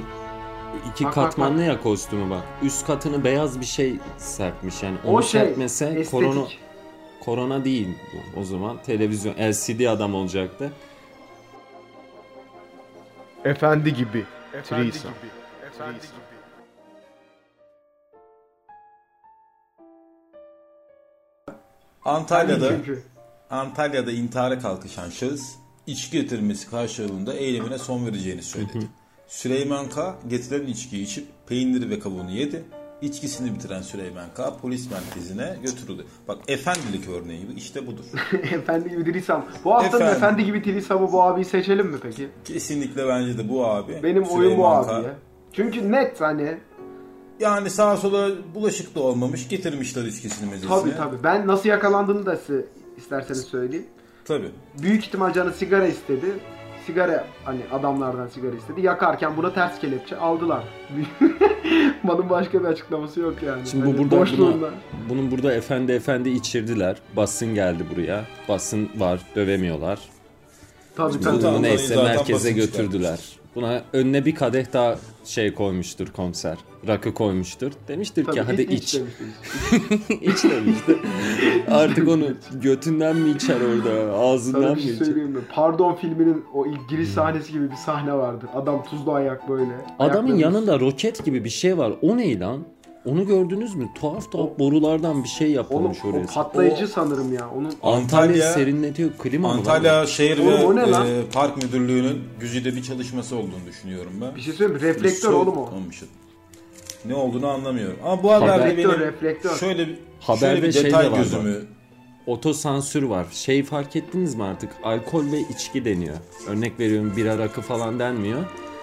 İki
Bak, bak,
katmanlı ya kostümü bak. Üst katını beyaz bir şey serpmiş yani. Onu
O şey
serpmese
estetik.
korona korona değil bu. o zaman. Televizyon LCD adam olacaktı.
Efendi gibi.
Efendi
Threesome.
gibi. Efendi gibi.
Antalya'da
Çünkü.
Antalya'da intihara kalkışan şahıs içki getirmesi karşılığında eylemine son vereceğini söyledi. Süleyman K. getirilen içkiyi içip peyniri ve kabuğunu yedi. İçkisini bitiren Süleyman K. polis merkezine götürüldü. Bak efendilik örneği gibi
*laughs*
işte budur.
*laughs* Efendi gibi Dilisam. Bu haftanın
Efendim.
efendi gibi Dilisam'ı bu abiyi seçelim mi peki?
Kesinlikle bence de bu abi.
Benim oyun bu
Süleyman K.
abiye. Çünkü net hani
Yani sağa sola bulaşık da olmamış getirmişler içkisini meclisine.
tabi tabi ben nasıl yakalandığını da size isterseniz söyleyeyim.
Tabii.
Büyük ihtimal canı sigara istedi. Sigara hani adamlardan sigara istedi. Yakarken buna ters kelepçe aldılar. *laughs* Bunun başka bir açıklaması yok yani.
Şimdi
Hani
bu burada
boşluğunda.
buna, bunun burada efendi efendi içirdiler. Basın geldi buraya. Basın var dövemiyorlar.
Tabii
Bu
tabii.
da-
Bunu
Vallahi
neyse
zaten
merkeze
basın
götürdüler. Buna önüne bir kadeh daha şey koymuştur komiser. Rakı koymuştur. Demiştir
Tabii,
ki hadi
hiç- hiç
iç. *laughs*
demiştiniz.
İç demişti. *laughs* Artık onu götünden mi içer orada,
Sana
ağzından
bir
mı
şey
içer?
söyleyeyim mi? Pardon filminin o ilk giriş sahnesi gibi bir sahne vardı. Adam tuzlu ayak böyle.
Adamın
Ayaklarını-
yanında roket gibi bir şey var. O ne lan? Onu gördünüz mü? Tuhaf tuhaf borulardan bir şey
Oğlum
yapılmış oraya.
o patlayıcı sanırım ya. Onun
Antalya
Antalya-
serinletiyor klima mı lan?
Antalya Şehir
Oğlum, o ne lan?
ve e, Park Müdürlüğü'nün güzide bir çalışması olduğunu düşünüyorum ben.
bir şey söyleyeyim mi? Reflektör
Sol-
oğlum o.
Olmuşum. Ne olduğunu anlamıyorum. Ama bu haberde
Haber-
benim
Reflektör, reflektör.
şöyle bir
Haberde
şöyle bir
şey de
detay
var
gözümü
otosansür var. Şey fark ettiniz mi artık? Alkol ve içki deniyor. Örnek veriyorum bira rakı falan denmiyor.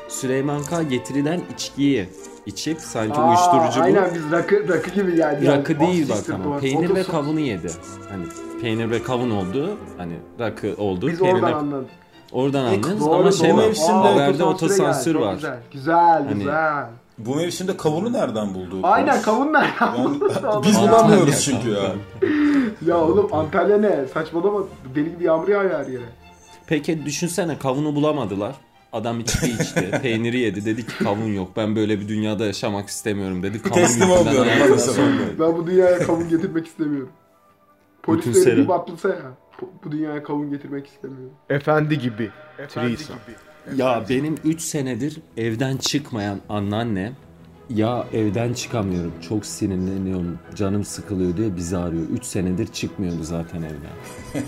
Süleyman K getirilen içkiyi içip sanki
Aa,
uyuşturucu bu.
Aynen biz rakı, rakı gibi geldi.
Rakı değil
Ah,
bak
siktir
ama
bu.
peynir ve
Otuz-
kavunu yedi. Hani peynir ve kavun oldu. Hani rakı oldu.
Biz
peynir
oradan
ve-
anladık.
Oradan anladınız
Doğru,
ama şey
doğru.
var.
mevsimde
Aa,
haberde
otosansüre
otosansür
geldi.
var.
Güzel güzel.
Hani-
güzel.
Bu mevsimde kavunu nereden buldu?
Aynen kavun nereden
Yani, *laughs*
buldu?
biz
Allah.
bulamıyoruz çünkü ya.
*laughs* Ya oğlum Antalya ne? Saçmalama. Deli gibi yağmur yağıyor her yere.
Peki düşünsene kavunu bulamadılar. Adam içki
*laughs*
içti, peyniri yedi. Dedi ki kavun yok. Ben böyle bir dünyada yaşamak istemiyorum dedi. Kavun
Teslim
yok. Ben
olmuyorum.
hayatımda
maalesef.
son-
Ben bu dünyaya kavun getirmek istemiyorum. Polisleri
seri-
bir batlısa ya. Bu- Bu dünyaya kavun getirmek istemiyorum.
Efendi gibi.
Efendi
Threesome.
gibi.
Ya benim 3 senedir evden çıkmayan anneanne ya evden çıkamıyorum çok sinirleniyorum canım sıkılıyor diye bizi arıyor. 3 senedir çıkmıyordu zaten evden.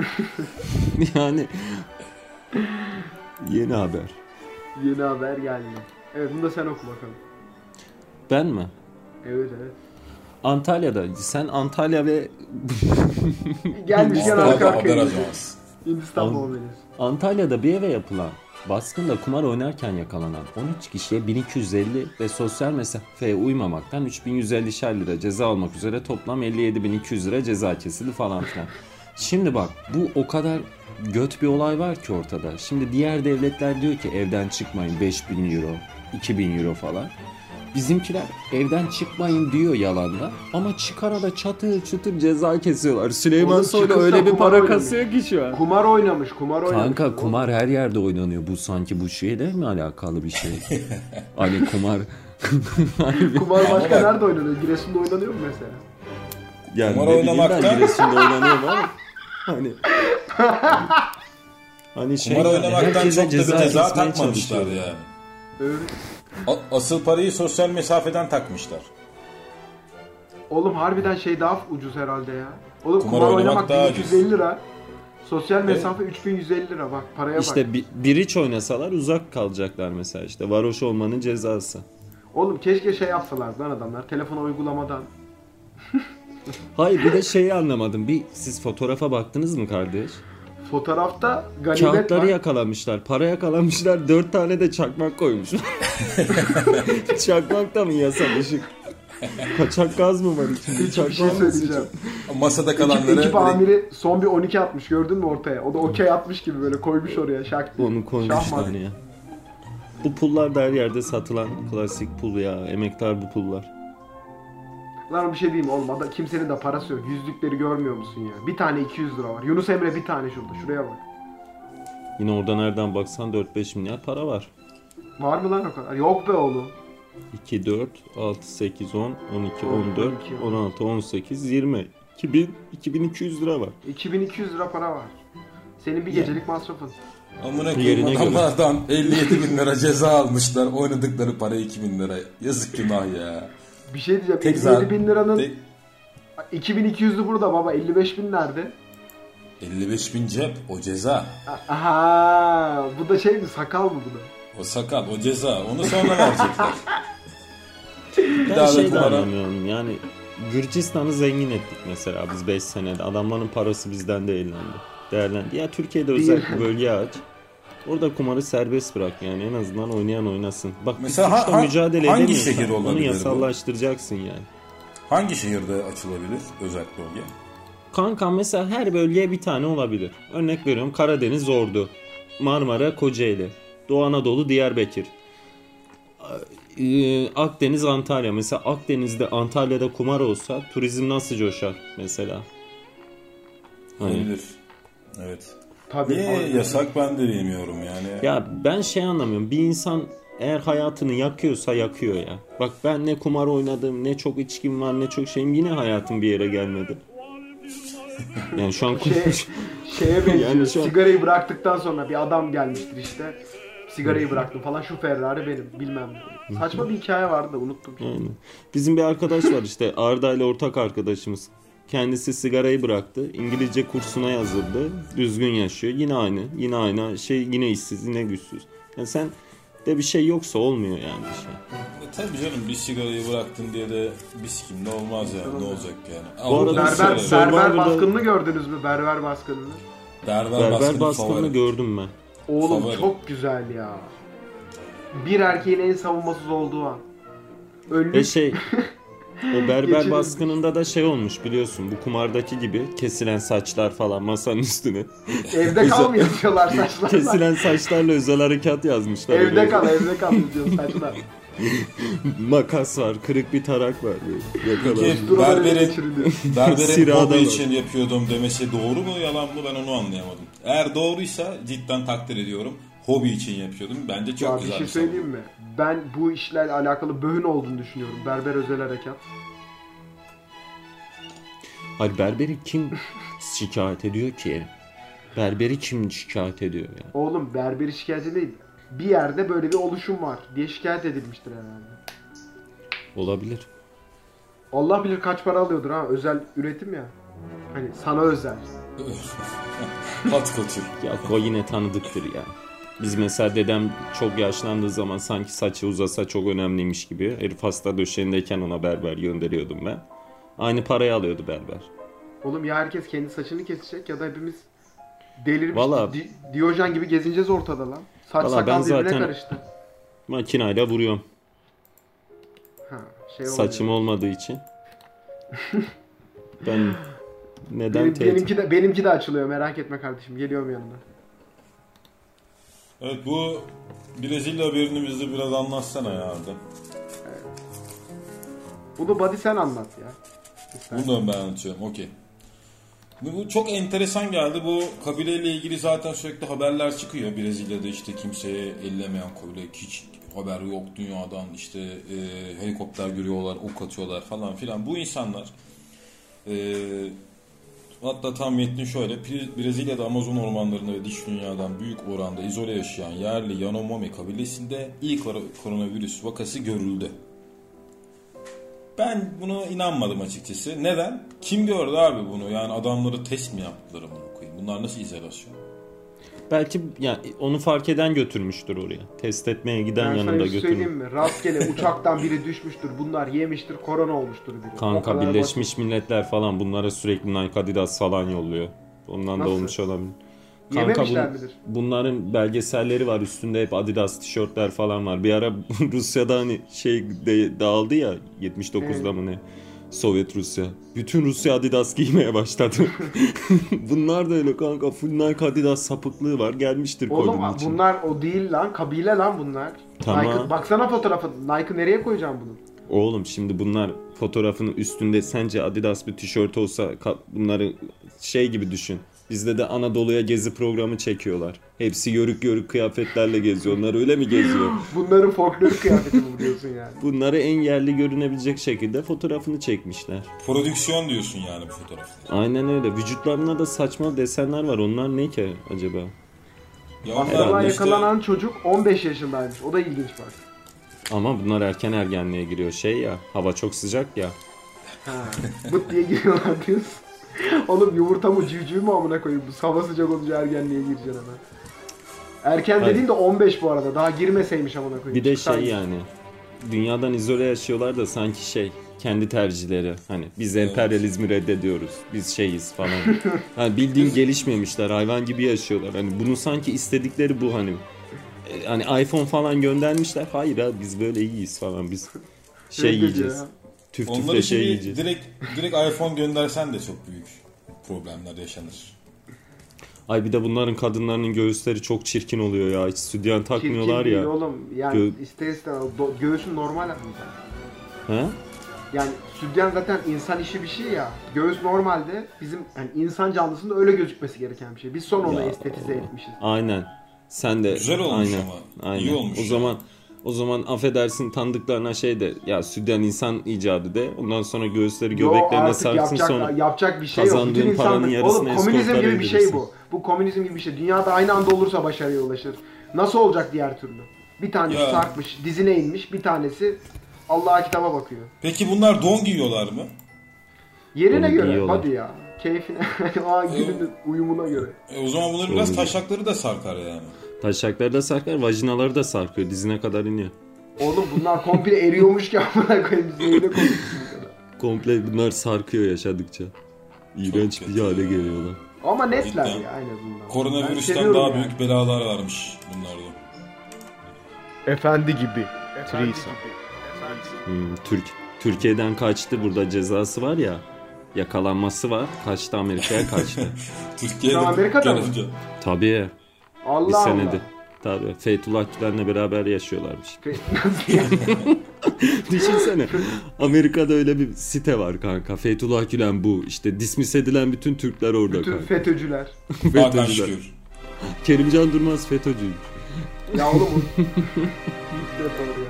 *laughs* yani yeni haber.
Yeni haber geldi. Evet bunu da sen oku bakalım.
Ben mi?
Evet evet.
Antalya'da. Sen Antalya ve
Gelmişken
Mustafa
arka
haber
arkaya.
ajansı.
Hindistan
Al-
muamelesi.
Antalya'da bir eve yapılan baskında kumar oynarken yakalanan 13 kişiye 1250 ve sosyal mesafeye uymamaktan 3150'şer lira ceza almak üzere toplam 57200 lira ceza kesildi falan filan. Şimdi bak bu o kadar göt bir olay var ki ortada. Şimdi diğer devletler diyor ki evden çıkmayın 5000 euro, 2000 euro falan. Bizimkiler evden çıkmayın diyor yalanda ama çıkana da çatır çutur ceza kesiyorlar. Süleyman
Oğlum
Soylu
çıkıp da
öyle bir
kumar
para
oynamış.
kasıyor ki şu an.
Kumar oynamış, kumar oynamış.
Kanka kumar her yerde oynanıyor. Bu sanki bu şeyle mi alakalı bir *laughs* şey? hani kumar
Kumar başka
Ama bak-
nerede oynanıyor? Giresun'da oynanıyor mu mesela?
yani
Kumar
ne bileyim
oynamaktan-
ben Giresun'da oynanıyor mu ama hani *laughs* hani şey
Kumar
yani
oynamaktan
herkese
çok da bir ceza
kesmeye
takmamışlar
çalışıyor.
yani.
Evet.
A- asıl parayı sosyal mesafeden takmışlar.
Oğlum harbiden şey daha ucuz herhalde ya. Oğlum
Kumar
kumar,
oynamak
oynamak
daha
1150 lira. Sosyal mesafe 3150 lira bak paraya bak.
İşte bir, bir iç oynasalar uzak kalacaklar mesela işte varoş olmanın cezası.
Oğlum keşke şey yapsalar lan adamlar telefona uygulamadan.
Hayır bir de şeyi anlamadım. Bir siz fotoğrafa baktınız mı kardeş?
Fotoğrafta ganimet var.
Kağıtları yakalamışlar, para yakalamışlar, dört tane de
*laughs*
çakmak koymuşlar. çakmak da mı yasa ışık? Kaçak gaz mı var içinde?
Hiç bir şey
Çakmak mı
söyleyeceğim.
*laughs* Masada
Ekip,
kalanları
ekip amiri son bir 12 atmış gördün mü ortaya? O da okey atmış gibi böyle koymuş oraya şak diye.
Onu koymuş
Şahmat.
tane ya. Bu pullar da her yerde satılan klasik pul ya. Emektar bu pullar.
Lan bir şey diyeyim oğlum adam, kimsenin de parası yok. Yüzlükleri görmüyor musun ya? Bir tane 200 lira var. Yunus Emre bir tane şurada şuraya bak.
Yine orada nereden baksan 4-5 milyar para var.
Var mı lan o kadar? Yok be oğlum.
2, 4, 6, 8, 10, 12, 14,
12,
16, 18, 20, 2000, 2200 lira var.
2200 lira para var. Senin bir gecelik masrafın.
amına
Yerine
koyayım adam,
göre.
adam 57 bin lira ceza almışlar. Oynadıkları para 2 bin lira. Yazık günah ya.
Bir şey diyeceğim.
Tek
57 bin liranın
Tek-
2200'lü burada baba 55 bin nerede?
55 bin cep o ceza.
Aha bu da şey mi sakal mı bu da?
O sakal o ceza. Onu sonra verecekler.
*laughs* Ben
daha da
şey de
kumara-
anlamıyorum yani Gürcistan'ı zengin ettik mesela biz 5 senede. Adamların parası bizden değerlendi. Değerlendi. Ya Türkiye'de özel bir bölge aç. Orada kumarı serbest bırak yani en azından oynayan oynasın. Bak
Mesela
mesela bir suçla
ha- ha-
mücadele
hangi
edemiyorsan
şehir olabilir
onu
bu?
yasallaştıracaksın yani.
Hangi şehirde açılabilir özel bölge?
Kanka mesela her bölgeye bir tane olabilir. Örnek veriyorum Karadeniz Ordu, Marmara Kocaeli, Doğu Anadolu Diyarbakır. Ee, Akdeniz Antalya mesela Akdeniz'de Antalya'da kumar olsa turizm nasıl coşar mesela? Hani-
Olabilir. Evet.
Tabii.
Niye
Aynen.
yasak ben de bilmiyorum yani.
Ya ben şey anlamıyorum. Bir insan eğer hayatını yakıyorsa yakıyor ya. Bak ben ne kumar oynadım, ne çok içkim var, ne çok şeyim yine hayatım bir yere gelmedi. Yani şu an *laughs*
Şey, şeye benziyor.
Yani şu an-
Sigarayı bıraktıktan sonra bir adam gelmiştir işte. Sigarayı bıraktım falan şu Ferrari benim bilmem ne. Saçma bir hikaye vardı da unuttum.
Aynen. Bizim bir arkadaş var işte Arda ile ortak arkadaşımız. Kendisi sigarayı bıraktı. İngilizce kursuna yazıldı. Düzgün yaşıyor. Yine aynı. Yine aynı. Şey yine işsiz, yine güçsüz. Yani sen De bir şey yoksa olmuyor yani bir şey.
E, tabii canım bir sigarayı bıraktın diye de biz kim ne olmaz yani ne olacak yani.
Bu arada
Avrupa
Berber,
ülkeleri-
berber
Survivor'da-
baskınını gördünüz mü? Berber baskınını.
berber,
Berber
favori.
baskını gördüm ben.
Oğlum
Favori.
çok güzel ya. Bir erkeğin en savunmasız olduğu an.
Ve
Önlük
şey
*laughs*
o berber
Geçelim.
baskınında da şey olmuş biliyorsun bu kumardaki gibi kesilen saçlar falan
*laughs*
masanın üstüne.
evde kal mı
*laughs*
yazıyorlar saçlarla?
kesilen saçlarla özel harekat yazmışlar.
evde
Böyle
kal evde kal yazıyor
*laughs*
saçlar.
Makas var, kırık bir tarak var. Böyle yakalanmış.
Peki
Durumlar ele
berberin
geçiriliyor.
Berberin
Sirada
hobi
var.
için yapıyordum demesi doğru mu yalan mı ben onu anlayamadım. Eğer doğruysa cidden takdir ediyorum. Hobi için yapıyordum. Bence *laughs* çok
ya bir
güzel
şey
bir şey.
söyleyeyim mi? Ben bu işlerle alakalı böhün olduğunu düşünüyorum. Berber özel harekat.
Hayır berberi kim şikayet ediyor ki? Berberi kim şikayet ediyor ya?
Oğlum berberi şikayeti değil. Bir yerde böyle bir oluşum var diye şikayet edilmiştir herhalde.
Olabilir.
Allah bilir kaç para alıyordur ha. Özel üretim ya. Hani sana özel.
Hot couture.
Ya o yine tanıdıktır ya. Biz mesela dedem çok yaşlandığı zaman sanki saçı uzasa çok önemliymiş gibi. Herif hasta döşeğindeyken ona berber gönderiyordum ben. Aynı parayı alıyordu berber.
Oğlum ya herkes kendi saçını kesecek ya da hepimiz delirmiş
Valla-
Di- Diyojen gibi gezineceğiz ortada lan. Saç
Valla ben
sakal birbirine
zaten-
karıştı.
Makinayla vuruyorum.
Ha, şey olmuyor.
Saçım olmadığı için. Ben neden
Benim-
tehdit
benimki de benimki de açılıyor merak etme kardeşim geliyorum yanına.
Evet bu Brezilya haberini bize biraz anlatsana ya Arda.
Bunu body sen anlat ya.
Bunu da ben anlatıyorum. Okey. Bu, bu çok enteresan geldi. Bu kabileyle ilgili zaten sürekli haberler çıkıyor. Brezilya'da işte kimseye ellemeyen kabile hiç haber yok dünyadan işte e, helikopter görüyorlar, ok atıyorlar falan filan. Bu insanlar e, hatta tam metni şöyle Pre- Brezilya'da Amazon ormanlarında ve dış dünyadan büyük oranda izole yaşayan yerli Yanomami kabilesinde ilk kor- koronavirüs vakası görüldü. Ben buna inanmadım açıkçası. Neden? Kim gördü abi bunu? Yani adamları test mi yaptılar amına koyayım? Bunlar nasıl izolasyon?
Belki yani onu fark eden götürmüştür oraya. Test etmeye giden
Ben sana
yanında
bir şey söyleyeyim
götürmüş.
mi? Rastgele uçaktan biri düşmüştür. Bunlar yemiştir. Korona olmuştur biri. O kadar
Kanka
basit.
Birleşmiş Milletler falan bunlara sürekli Nike Adidas falan yolluyor. Ondan
Nasıl?
da olmuş olabilir. Kanka
Yememişler
bu-
midir?
bunların belgeselleri var üstünde hep Adidas tişörtler falan var. Bir ara *laughs* Rusya'da hani şey de- dağıldı ya 79'da mı ne? Sovyet Rusya. Bütün Rusya Adidas
*laughs*
giymeye başladı. Bunlar da öyle kanka full Nike Adidas sapıklığı var. Gelmiştir
Oğlum
kodun için.
bunlar o değil lan. Kabile lan bunlar.
Tamam.
Nike, baksana fotoğrafı. Nike'ı nereye koyacağım bunu?
Oğlum şimdi bunlar fotoğrafının üstünde sence Adidas bir tişört olsa ka- bunları şey gibi düşün. Bizde de Anadolu'ya gezi programı çekiyorlar. Hepsi yörük yörük kıyafetlerle geziyor. Onlar öyle mi geziyor?
Bunların folklorik kıyafeti bu diyorsun yani.
Bunları en yerli görünebilecek şekilde fotoğrafını çekmişler.
Prodüksiyon diyorsun yani bu fotoğrafta.
Aynen öyle. Vücutlarına da saçma desenler var. Onlar ne ki acaba?
Ya
Aslında
onlar işte
yakalanan çocuk 15 yaşındaymış. O da ilginç bak.
Ama bunlar erken ergenliğe giriyor şey ya. Hava çok sıcak ya.
Bıt diye giriyorlar diyorsun. Oğlum yumurta mı civciv mi amına koyayım? Bu hava sıcak olunca ergenliğe gireceksin hemen. Erken
Hayır.
dediğin de 15 bu arada. Daha girmeseymiş amına koyayım.
Bir de şey
Çıksaymış.
yani dünyadan izole yaşıyorlar da sanki şey kendi tercihleri hani biz emperyalizmi reddediyoruz biz şeyiz falan.
*laughs*
Hani bildiğin gelişmemişler hayvan gibi yaşıyorlar hani bunu sanki istedikleri bu hani E, hani iPhone falan göndermişler hayır abi biz böyle iyiyiz falan biz şey
Reddediyor
yiyeceğiz
ya.
tüf
onlar
tüfle
için
şey
bir
yiyeceğiz.
direkt direkt iPhone göndersen de çok büyük problemler yaşanır.
Ay bir de bunların kadınlarının göğüsleri çok çirkin oluyor ya hiç sütyen
Çirkin
takmıyorlar
değil
ya.
Oğlum yani
Gö-
iste iste do- göğsün normal aslında.
Ha?
Yani sütyen zaten insan işi bir şey ya. Göğüs normalde bizim yani insan canlısında öyle gözükmesi gereken bir şey. Biz son onu
Ya.
estetize etmişiz.
Aynen. Sen de
Güzel olmuş
aynen.
ama.
Aynen.
İyi olmuş
O
ya.
zaman o zaman affedersin tanıdıklarına şey de ya Südyen insan icadı de ondan sonra göğüsleri
Yo,
göbeklerine
artık
sarsın
yapacak,
sonra.
yapacak bir şey yok.
Kazandığın
Bütün
paranın
insanlık,
yarısını
oğlum komünizm
eskortlara
gibi bir şey bu.
indirirsin.
Bu komünizm gibi bir şey. Dünyada aynı anda olursa başarıya ulaşır. Nasıl olacak diğer türlü? Bir tanesi
Ya.
sarkmış, dizine inmiş. Bir tanesi Allah'a kitaba bakıyor.
Peki bunlar don giyiyorlar mı?
Yerine
Oğlum,
göre
yiyorlar.
hadi ya. Keyfine, *laughs* o an günün uyumuna göre.
E o zaman bunların biraz taşakları da sarkar yani.
Taşakları da sarkar, vajinaları da sarkıyor. Dizine kadar iniyor.
Oğlum bunlar komple eriyormuş ki *laughs* amına koyayım. Biz öyle konuşuyoruz.
Komple bunlar sarkıyor yaşadıkça. İğrenç
kötü
bir hale
ya.
geliyorlar.
Ama netler
Cidden.
ya en azından. Ben
Koronavirüsten
seviyorum
daha
yani.
büyük belalar varmış bunlarda.
Efendi gibi.
Efendi
Threesome.
gibi. Efendi gibi.
Hmm, Türk Türkiye'den kaçtı burada cezası var ya. Yakalanması var. Kaçtı Amerika'ya
*laughs*
kaçtı.
Türkiye'de
Sen Amerika'da mı?
gelince-
Tabii
Allah
bir
Allah.
senedi. Tabii Fethullah Gülen'le beraber yaşıyorlarmış.
Nasıl ya?
*laughs* Düşünsene. Amerika'da öyle bir site var kanka. Fethullah Gülen bu. İşte dismiss edilen bütün Türkler orada
Bütün
kanka.
FETÖ'cüler.
Hakan
FETÖ'cüler.
şükür.
Kerimcan Durmaz FETÖ'cüydü.
Ya oğlum bu. *laughs* İlk defa olur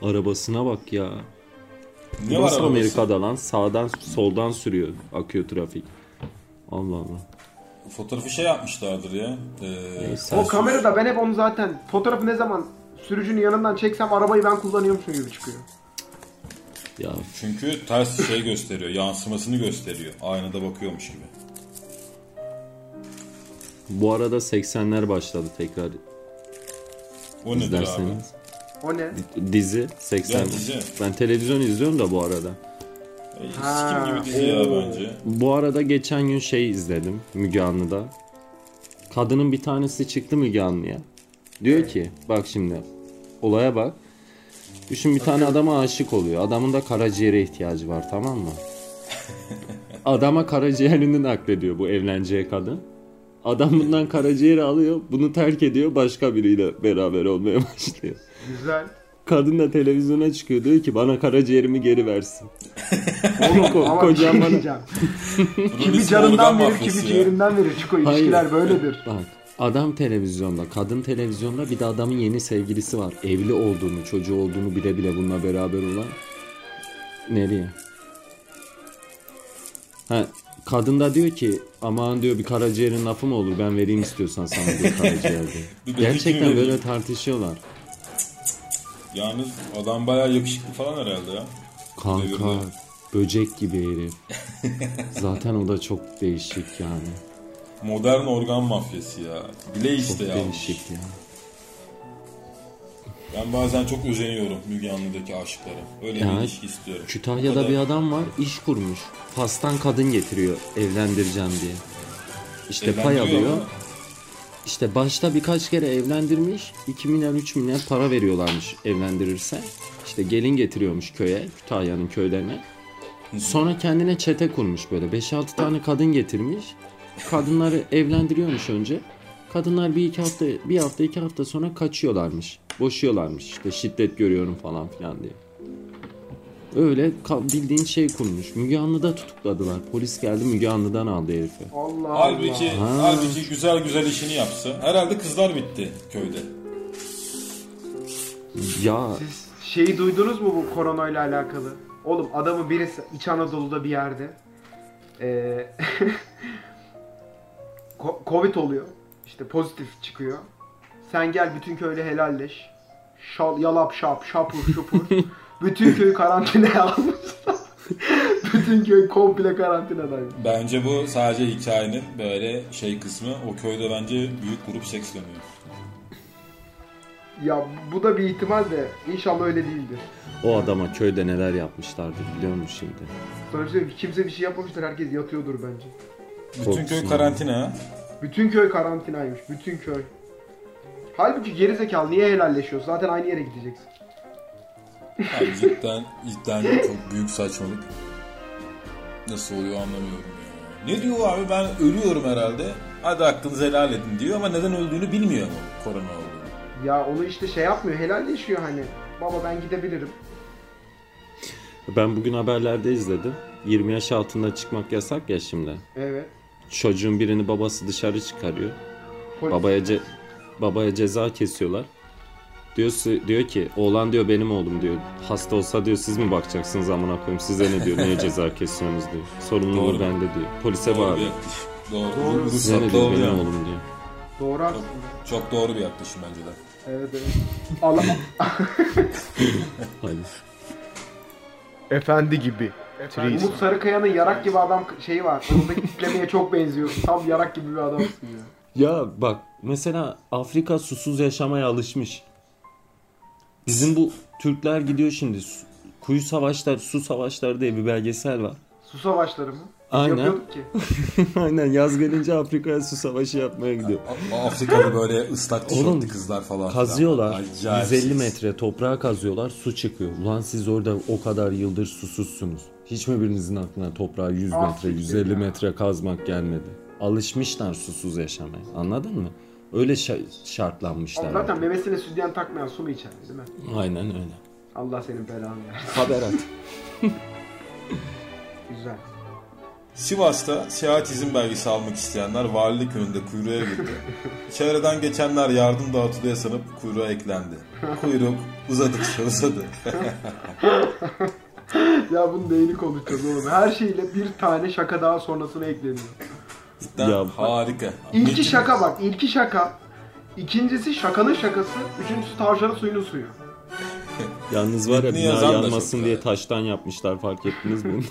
ya.
Arabasına bak ya.
Ne var
Nasıl
arabası?
Amerika'da lan? Sağdan soldan sürüyor. Akıyor trafik. Allah Allah.
Fotoğrafı şey yapmışlardır ya. Ee,
Neyse.
O kamerada ben hep onu zaten fotoğrafı ne zaman sürücünün yanından çeksem arabayı ben kullanıyormuşum gibi çıkıyor.
Ya
Çünkü ters şey gösteriyor. Yansımasını gösteriyor. Aynada bakıyormuş gibi.
bu arada 80'ler başladı tekrar
O nedir abi?
izlerseniz.
O ne?
Dizi
Ya
80'ler.
dizi.
Ben televizyon izliyorum da bu arada.
E,
Ha,
Sikim gibi dizi ya
oo.
bence.
Bu arada geçen gün şey izledim Müge Anlı'da. Kadının bir tanesi çıktı Müge Anlı'ya. Diyor ki bak şimdi olaya bak. Düşün bir tane adama aşık oluyor. Adamın da karaciğere ihtiyacı var tamam mı? Adama karaciğerini naklediyor bu evleneceği kadın. Adam bundan karaciğeri alıyor. Bunu terk ediyor. Başka biriyle beraber olmaya başlıyor.
Güzel.
Kadın da televizyona çıkıyor. Diyor ki bana karaciğerimi geri versin. Ko-
Ama bir
kocam
şey
bana-
diyeceğim. Kimi
Burası
canından
organ
verir
mafyası
kimi
ya.
ciğerinden verir. Çiko
Hayır.
ilişkiler böyledir.
Bak adam televizyonda, kadın televizyonda bir de adamın yeni sevgilisi var. Evli olduğunu, çocuğu olduğunu bile bile bununla beraber olan. Nereye? Ha, kadın da diyor ki aman diyor bir karaciğerin lafı mı olur ben vereyim istiyorsan sana
*laughs*
bir karaciğer
Bir
diyor.
de kim
Gerçekten
verir?
böyle tartışıyorlar.
Yalnız adam bayağı yakışıklı falan herhalde ya.
Kanka
Devirdi.
böcek gibi
*laughs*
herif. Zaten o da çok değişik yani.
Modern organ mafyası ya. Bile
Çok
işte ya.
değişik ya.
Ben bazen çok özeniyorum Müge Anlı'daki aşıklara. Öyle
Ya,
bir ilişki istiyorum. O
Kütahya'da
kadar.
bir adam var iş kurmuş. Fas'tan kadın getiriyor evlendireceğim diye. İşte pay
Evlendiriyor
alıyor.
ama.
İşte başta birkaç kere evlendirmiş. 2 milyar 3 milyar para veriyorlarmış evlendirirse. İşte gelin getiriyormuş köye. Kütahya'nın köylerine. Sonra kendine çete kurmuş böyle. 5-6 tane kadın getirmiş. Kadınları evlendiriyormuş önce. Kadınlar bir iki hafta bir hafta iki hafta sonra kaçıyorlarmış. Boşuyorlarmış. İşte şiddet görüyorum falan filan diye. Öyle ka- bildiğin şey kurmuş. Müge Anlı'da tutukladılar. Polis geldi Müge Anlı'dan aldı herifi.
Allah
Halbuki,
Allah.
halbuki güzel güzel işini yapsa. Herhalde kızlar bitti köyde.
Ya
Siz şeyi duydunuz mu bu koronayla alakalı? Oğlum adamın birisi İç Anadolu'da bir yerde eee, *laughs* ko- Covid oluyor. İşte pozitif çıkıyor. Sen gel bütün köyle helalleş. Şal, yalap şap, şapur şupur. bütün köyü karantinaya almışlar. *laughs* bütün köy komple karantinadaymış.
Bence bu sadece hikayenin böyle şey kısmı. O köyde bence büyük grup seks dönüyor.
Ya bu da bir ihtimal de inşallah öyle değildir.
o adama köyde neler yapmışlardır biliyor musun şimdi?
Sonuçta kimse bir şey yapmamıştır. Herkes yatıyordur bence.
Bütün
Korkusun
köy
ya.
karantina. ha.
Bütün köy karantinaymış. Bütün köy. Halbuki gerizekalı niye helalleşiyor? Zaten aynı yere gideceksin.
Yani cidden, cidden çok büyük saçmalık. Nasıl oluyor anlamıyorum ya. Ne diyor abi ben ölüyorum herhalde. Hadi hakkınızı helal edin diyor ama neden öldüğünü bilmiyor mu korona olduğunu.
Ya onu işte şey yapmıyor. Helalleşiyor hani. Baba ben gidebilirim.
Ben bugün haberlerde izledim. 20 yaş altında çıkmak yasak ya şimdi.
Evet.
Çocuğun birini babası dışarı çıkarıyor.
Polis.
Babaya ce- babaya ceza kesiyorlar. Diyorsa, diyor ki oğlan diyor benim oğlum diyor. Hasta olsa diyor siz mi bakacaksınız amına koyayım size ne diyor niye ceza kesiyorsunuz diyor. Sorumluluğu
Doğru.
bende diyor. Polise
Doğru bir
bağırıyor.
yaklaşım. Doğru.
Doğru.
Bu- bu-
Size ne diyor
doğru
benim
yani.
oğlum diyor.
Doğru aslında.
Çok doğru bir yaklaşım bence de.
Evet evet. Allah.
Hadi.
Efendi gibi. Efendi
Umut Sarıkaya'nın yarak gibi adam şeyi var. Oradaki tiplemeye çok benziyor. Tam yarak gibi bir adamsın ya.
Ya bak mesela Afrika susuz yaşamaya alışmış. Bizim bu Türkler gidiyor şimdi su- kuyu savaşlar, su savaşlar diye bir belgesel var. *laughs*
Su savaşları mı? Biz
Aynen.
Yapıyorduk ki.
Aynen yaz gelince Afrika'ya su savaşı yapmaya gidiyor.
Afrika'da böyle ıslak
Oğlum,
tişörtlü kızlar falan. filan.
Kazıyorlar.
Acayip.
150 metre toprağa kazıyorlar. Su çıkıyor. Ulan siz orada o kadar yıldır susuzsunuz. Hiç mi birinizin aklına toprağa 100
Ah,
metre,
siktir
150
ya.
metre kazmak gelmedi? Alışmışlar susuz yaşamaya. Anladın mı? Öyle şa- şartlanmışlar.
Abi zaten
artık.
memesine sütyen takmayan su mu içer değil mi?
Aynen öyle.
Allah senin belanı versin.
Haber at.
Güzel. *laughs*
Sivas'ta seyahat izin belgesi almak isteyenler valilik önünde
*laughs*
kuyruğa girdi. Çevreden geçenler yardım dağıtılıyor sanıp kuyruğa eklendi. Kuyruk uzadıkça uzadı. *laughs*
Ya bunu neyini konuşacağız oğlum? Her şeyle bir tane şaka daha sonrasına ekleniyor.
Cidden
Ya-
harika.
İlki
Metin-
şaka bak. ilki şaka. İkincisi şakanın şakası. Üçüncüsü tavşanın suyunun suyu.
Yalnız var ya
Metni
bina
yazan da
yanmasın
çok
diye
yani.
taştan yapmışlar fark
*laughs*
ettiniz mi?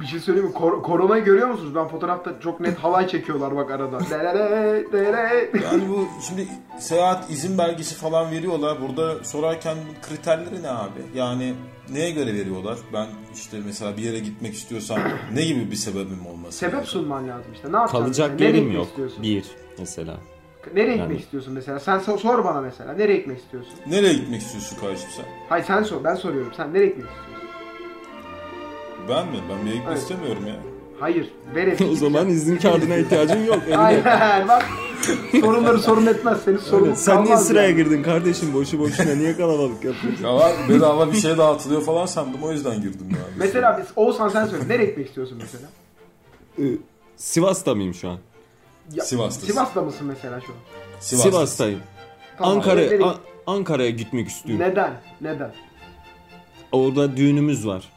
Bir şey söyleyeyim mi? Kor- koronayı görüyor musunuz? Ben fotoğrafta çok net halay çekiyorlar bak arada. *laughs* Derere, derere.
Yani bu şimdi seyahat izin belgesi falan veriyorlar. Burada sorarken kriterleri ne abi? Yani neye göre veriyorlar? Ben işte mesela bir yere gitmek istiyorsam ne gibi bir sebebim olması?
Sebep
lazım?
sunman lazım işte. Ne yapacaksın?
Kalacak
Nereye
yerim
gitmek
yok.
Istiyorsun?
Bir mesela. *laughs*
Nereye gitmek
Yani.
istiyorsun mesela? Sen so- sor bana mesela. Nereye gitmek istiyorsun?
Nereye gitmek istiyorsun kardeşim sen?
Hayır sen sor. Ben soruyorum. Sen nereye gitmek istiyorsun?
Ben mi? Ben bir yere gitmek
Evet.
istemiyorum ya.
Hayır. *laughs* Nereye
o zaman izin kağıdına
*laughs*
ihtiyacın yok. Elinde.
Aynen bak. Sorunları sorun etmez. Senin sorun
Evet, Sen niye
kalmaz
sıraya
yani.
girdin kardeşim boşu boşuna niye
*laughs*
kalabalık yapıyorsun?
Ya var bedava bir şey dağıtılıyor falan sandım o yüzden girdim ya.
Mesela biz, Oğuzhan sen söyle. Nereye gitmek istiyorsun mesela?
Ee, Sivas'ta mıyım şu an?
Ya,
Sivas'tasın.
Sivas'ta mısın mesela şu an?
Sivas.
Sivas'tayım.
Tamam, nereye-
Ankara A- Ankara'ya gitmek istiyorum.
Neden? Neden?
Orada düğünümüz var.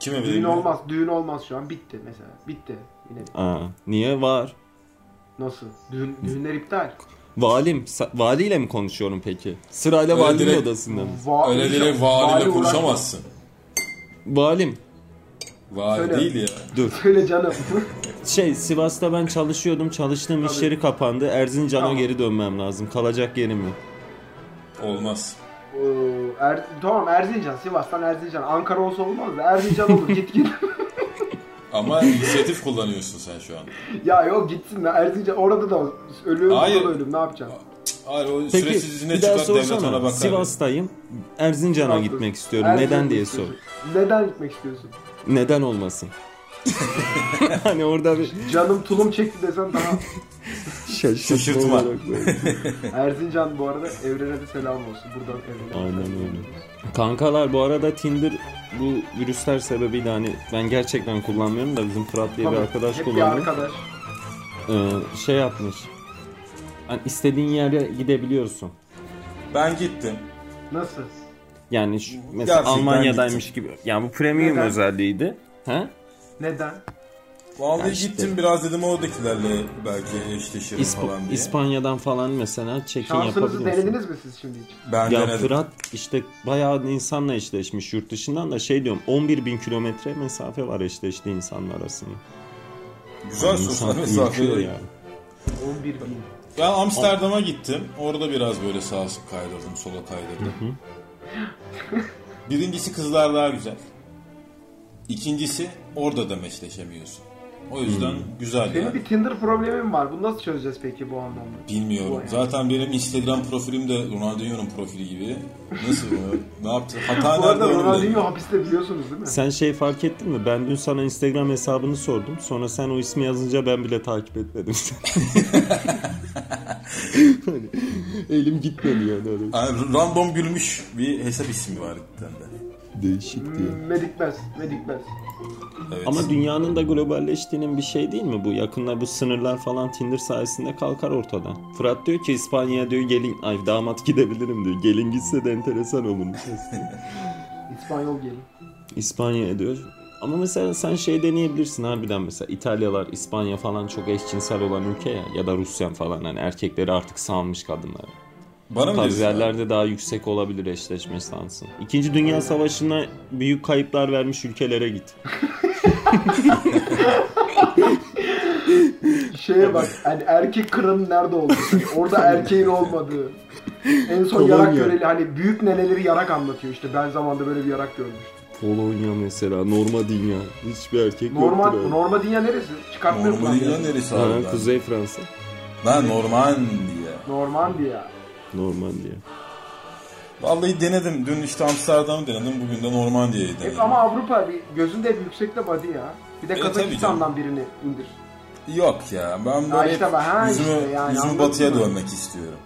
Kime
Düğün
vereyim?
olmaz. Düğün olmaz şu an. Bitti mesela. Bitti. Yine
Aa, niye var?
nasıl? Düğün, düğünler iptal.
Valim, sa- valiyle mi konuşuyorum peki? Sırayla
Öyle
valinin
direkt-
odasında mı?
Va-
Öyle direkt
Vali
valiyle
uğraşma.
konuşamazsın.
Valim,
Vali
Söyle.
değil ya.
dur.
*laughs* Söyle canım. *laughs*
Şey Sivas'ta ben çalışıyordum. Çalıştığım iş
Tabii.
yeri kapandı. Erzincan'a
Tamam.
geri dönmem lazım. Kalacak yerim yok.
Olmaz.
Oo, er, tamam Erzincan. Sivas'tan Erzincan. Ankara olsa olmaz da Erzincan olur. git git. *laughs*
Ama inisiyatif kullanıyorsun sen şu an.
ya yok gitsin lan Erzincan. Orada da ölüyorum.
Hayır.
Orada da ölüm. Ne yapacaksın?
Hayır o
Peki
süresiz izine
bir daha
çıkar devlet
sorsana.
ona bakar.
Sivas'tayım. Erzincan'a
Haklısın.
gitmek istiyorum.
Erzincan
Neden diye sor.
istiyorsun. Neden gitmek
*laughs*
istiyorsun?
Neden *laughs* olmasın? hani orada bir
Canım tulum çekti desem daha.
şaşırtma.
Şaşırtma.
olarak böyle.
Erzincan bu arada evrene de selam olsun. Buradan evrene.
Aynen öyle. Kankalar bu arada Tinder bu virüsler sebebiyle hani ben gerçekten kullanmıyorum da bizim Fırat diye
Tabii,
bir arkadaş
hep
kullanıyor.
bir arkadaş.
Ee, şey yapmış. Hani istediğin yere gidebiliyorsun.
Ben gittim.
Nasıl?
Yani şu, mesela
Gerçekten
Almanya'daymış gibi. Yani bu premium
Neden?
özelliğiydi. Ha?
Neden?
Vallahi
Ya işte.
gittim biraz dedim oradakilerle belki eşleşirim
İsp-
falan diye.
İspanya'dan falan mesela check-in
Şansınızı
yapabiliyorsun.
denediniz mi siz şimdi hiç?
ben
Ya
denedim.
Fırat işte bayağı insanla eşleşmiş yurt dışından da şey diyorum 11 bin kilometre mesafe var eşleştiği insanlar arasında.
Güzel sosyal
İnsan
mesafeli.
ürküyor
Ya.
11 bin.
Amsterdam'a gittim. Orada biraz böyle sağa kaydırdım, sola kaydırdım. *gasps* Birincisi kızlar daha güzel. İkincisi orada da meşleşemiyorsun. O yüzden güzel
Senin
yani.
bir Tinder problemin var. Bunu nasıl çözeceğiz peki bu anlamda?
Bilmiyorum. Zaten benim Instagram profilim de Ronaldinho'nun profili gibi. Nasıl bu?
*laughs*
ne yaptı?
Bu
Hata nerede
arada
benim de?
Ronaldinho hapiste biliyorsunuz değil mi?
Sen şey fark ettin mi? Ben dün sana Instagram hesabını sordum. Sonra sen o ismi yazınca ben bile takip etmedim *laughs* seni. Hani Elim gitmedi yani öyle
Yani random gülmüş bir hesap ismi var bende.
değişik diye.
Hmm, Medikmez, medikmez.
Evet.
Ama dünyanın da globalleştiğinin bir şey değil mi bu? Yakında bu sınırlar falan Tinder sayesinde kalkar ortadan. Fırat diyor ki İspanya'ya diyor gelin, ay damat gidebilirim diyor. Gelin gitse de enteresan olurmuş aslında.
İspanyol gelin.
İspanya'ya diyor. Ama mesela sen şey deneyebilirsin harbiden mesela İtalyalar, İspanya falan çok eşcinsel olan ülke ya ya da Rusya falan hani erkekleri artık salmış kadınlara.
Bana mı
Tabii
diyorsun? abi?
yerlerde daha yüksek olabilir eşleşme sansı. İkinci Dünya Savaşı'na büyük kayıplar vermiş ülkelere git.
Şeye bak hani erkek kralın nerede olduğu. Orada erkeğin olmadığı. En son
Kolonya.
yarak göreli hani büyük neneleri yarak anlatıyor işte. Ben zamanda böyle bir yarak görmüştüm.
Polonya mesela normal dünya. Hiçbir erkek
Normal
yoktur abi.
Norma dünya neresi? Çıkartmıyor
Normal
lan.
ya neresi
Ha,
abi? Kuzey.
Kuzey Fransa.
Ben Norman diye.
Normandiya.
Normal diye.
Vallahi denedim. Dün işte Amsterdam'ı denedim. Bugün de Normandiya'yı
Hep
denedim.
ama Avrupa bir gözünde hep yüksekte body ya. Bir de
E, tabii
Kazakistan'dan birini indir.
Yok ya. Ben
Ha,
böyle
işte bak, ha,
yüzümü,
işte yani,
yüzümü
anladın
batıya
mı?
dönmek istiyorum.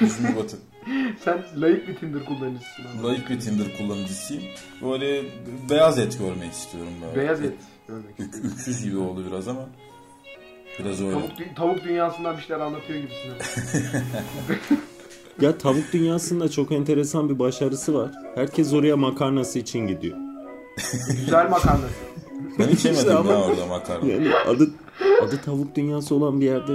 yüzümü batı.
*laughs* Sen layık bir Tinder kullanıcısın. abi.
Layık bir Tinder kullanıcısıyım. Böyle beyaz et görmek istiyorum. Böyle.
Beyaz et. Örnek.
Ük, üksüz gibi oldu biraz ama. Biraz öyle.
Tavuk, dü- tavuk dünyasından bir şeyler anlatıyor gibisin.
Ya tavuk dünyasında çok enteresan bir başarısı var. Herkes oraya makarnası için gidiyor.
Güzel makarna.
Ben hiç yemedim
ama-
ya orada makarna.
Yani adı adı tavuk dünyası olan bir yerde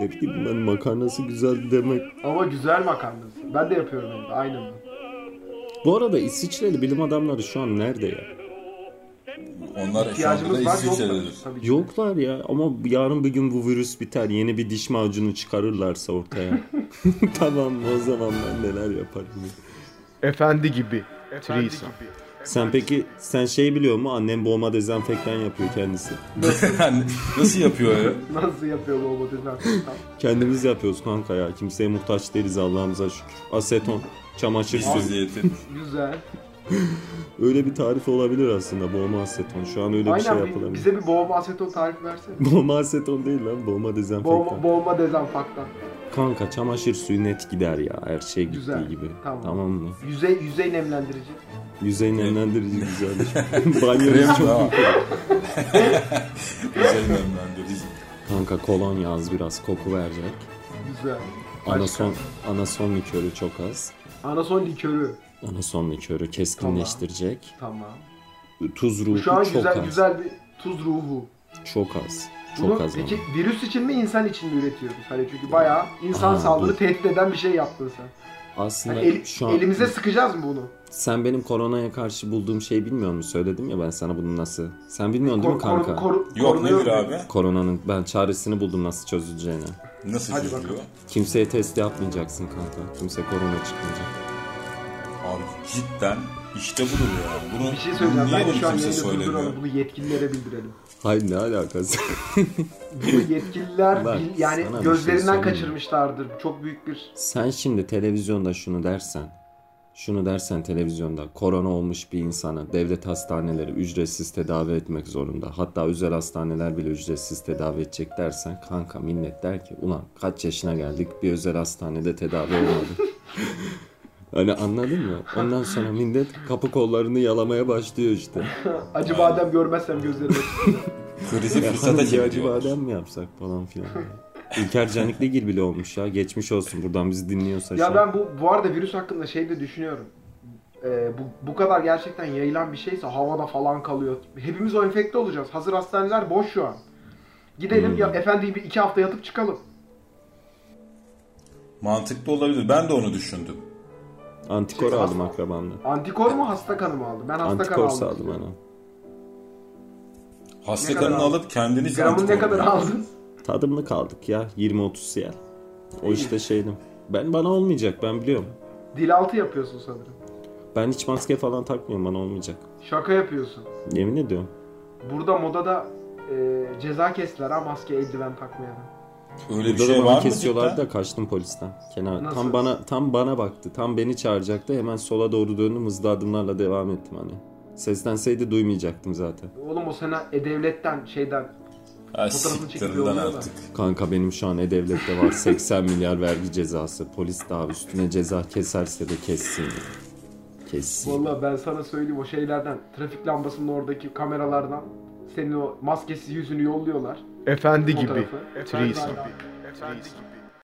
ne bileyim ben makarnası güzel demek.
Ama güzel makarnası. Ben de yapıyorum evde. Aynen.
Bu arada İsviçreli bilim adamları şu an nerede ya?
Onlar şu anda da
İhtiyacımız var yok.
İsviçre'dedir.
tabii ki.
Yoklar ya ama yarın bir gün bu virüs biter yeni bir diş macunu çıkarırlarsa ortaya. *laughs* tamam o zaman ben neler yaparım. ya.
Efendi gibi.
Efendi
Threesome.
gibi.
Sen peki sen şey biliyor mu annem boğma dezenfektan yapıyor kendisi.
*laughs* Yani Nasıl yapıyor ya?
Nasıl yapıyor bu obotizler?
Kendimiz yapıyoruz kanka ya kimseye muhtaç değiliz Allah'ımıza şükür. Aseton, çamaşır
İşsiz
suyu.
diyeti.
Güzel.
Öyle bir tarif olabilir aslında boğma aseton. Şu an öyle bir şey
Aynen bir-
yapılabilir. *laughs*
bize bir boğma aseton tarifi versene.
Boğma aseton değil lan boğma dezenfektan.
Boğma, boğma dezenfaktan.
Kanka çamaşır suyu net gider ya her şey gittiği
Güzel,
gibi.
tamam.
mı?
Yüzey, yüzey nemlendirici. *laughs*
Yüzeyin nemlendirici güzelmiş. *laughs* Banyo
Krem
çok
çok Güzel nemlendirici.
Kanka kolonya az biraz koku verecek.
Güzel.
Anason, anason likörü çok az.
Anason likörü.
Anason likörü keskinleştirecek.
Tamam.
Tuz ruhu
Şu an
çok
güzel
az.
güzel bir tuz ruhu.
Çok az. Çok
Bunu
az
peki
ama.
virüs için mi insan için mi üretiyoruz? Hani çünkü bayağı insan
Aa,
sağlığını
dur.
tehdit eden bir şey yaptın sen.
Aslında
Hani el-
şu an
elimize sıkacağız mı bunu?
sen benim koronaya karşı bulduğum şeyi bilmiyor musun? Söyledim ya ben sana bunu nasıl. Sen bilmiyorsun değil mi
Kor- kor-
kanka?
kor-
Yok
korunuyor
nedir
mu?
abi?
Koronanın ben çaresini buldum nasıl çözüleceğini.
Nasıl
Hadi
çözülüyor?
bakalım.
Kimseye test yapmayacaksın kanka. Kimse korona çıkmayacak.
Abi cidden işte budur ya. Bunu
Bir şey söyleyeceğim.
niye
Ben
bunu
şu an
kimse
yayında
söylemiyor?
durduralım. Bunu yetkililere
*laughs*
bildirelim.
Hayır ne alakası?
Bunu yetkililer
Bak,
bil-
sana
yani
bir
gözlerinden
şey söyleyeyim.
kaçırmışlardır. Çok büyük bir...
Sen şimdi televizyonda şunu dersen, şunu dersen televizyonda korona olmuş bir insana devlet hastaneleri ücretsiz tedavi etmek zorunda. Hatta özel hastaneler bile ücretsiz tedavi edecek dersen kanka millet der ki ulan kaç yaşına geldik bir özel hastanede tedavi olmadı. *laughs* Hani anladın mı? Ondan sonra millet kapı kollarını yalamaya başlıyor işte.
Acı badem görmezsem gözlerime...
Krizi fırsata
Hanım bir acı
çeviriyor.
badem mi yapsak falan filan. İlker Canikligil bile olmuş ya. Geçmiş olsun buradan bizi dinliyorsa. şu
ya
an.
ben bu, bu arada virüs hakkında şey de düşünüyorum. Ee, bu, bu kadar gerçekten yayılan bir şeyse havada falan kalıyor. Hepimiz o enfekte olacağız. Hazır hastaneler boş şu an. Gidelim ya
Hmm.
efendim bir iki hafta yatıp çıkalım.
Mantıklı olabilir. Ben de onu düşündüm.
Antikor
Şey,
aldım
as-
akabamda.
Antikor mu hasta kanı mı aldım? Ben hasta kanı
Antikor
aldım.
sağladım ana.
Hasta
Ne kadar
kanını
aldın?
alıp kendiniz
Gramın ne
antikor
kadar
yapın.
aldın?
Tadımlı kaldık ya 20-30 siyah. O işte şeydim. Ben bana olmayacak ben biliyorum.
Dil altı yapıyorsun sanırım.
Ben hiç maske falan takmıyorum bana olmayacak.
Şaka yapıyorsun.
Yemin ediyorum.
Burada modada e, ceza kestiler ha maske eldiven takmaya.
Öyle bir
Burada
şey
da
var
bana
mı?
kesiyorlardı
cidden?
da kaçtım polisten. Kenar.
Nasıl?
Tam bana tam bana baktı. Tam beni çağıracaktı. Hemen sola doğru döndüm hızlı adımlarla devam ettim hani. Seslenseydi duymayacaktım zaten.
Oğlum o sana e-devletten şeyden
Ha,
Fotoğrafını
siktir
çekiliyor
lan
oluyor da.
artık.
Kanka benim şu an E-Devlet'te var 80 milyar vergi cezası. Polis daha üstüne ceza keserse de kessin. Kessin.
Vallahi ben sana söyleyeyim o şeylerden trafik lambasının oradaki kameralardan senin o maskesiz yüzünü yolluyorlar.
Efendi gibi.
Fotoğrafı.
Efendi
Threesome.
gibi. Efendi gibi.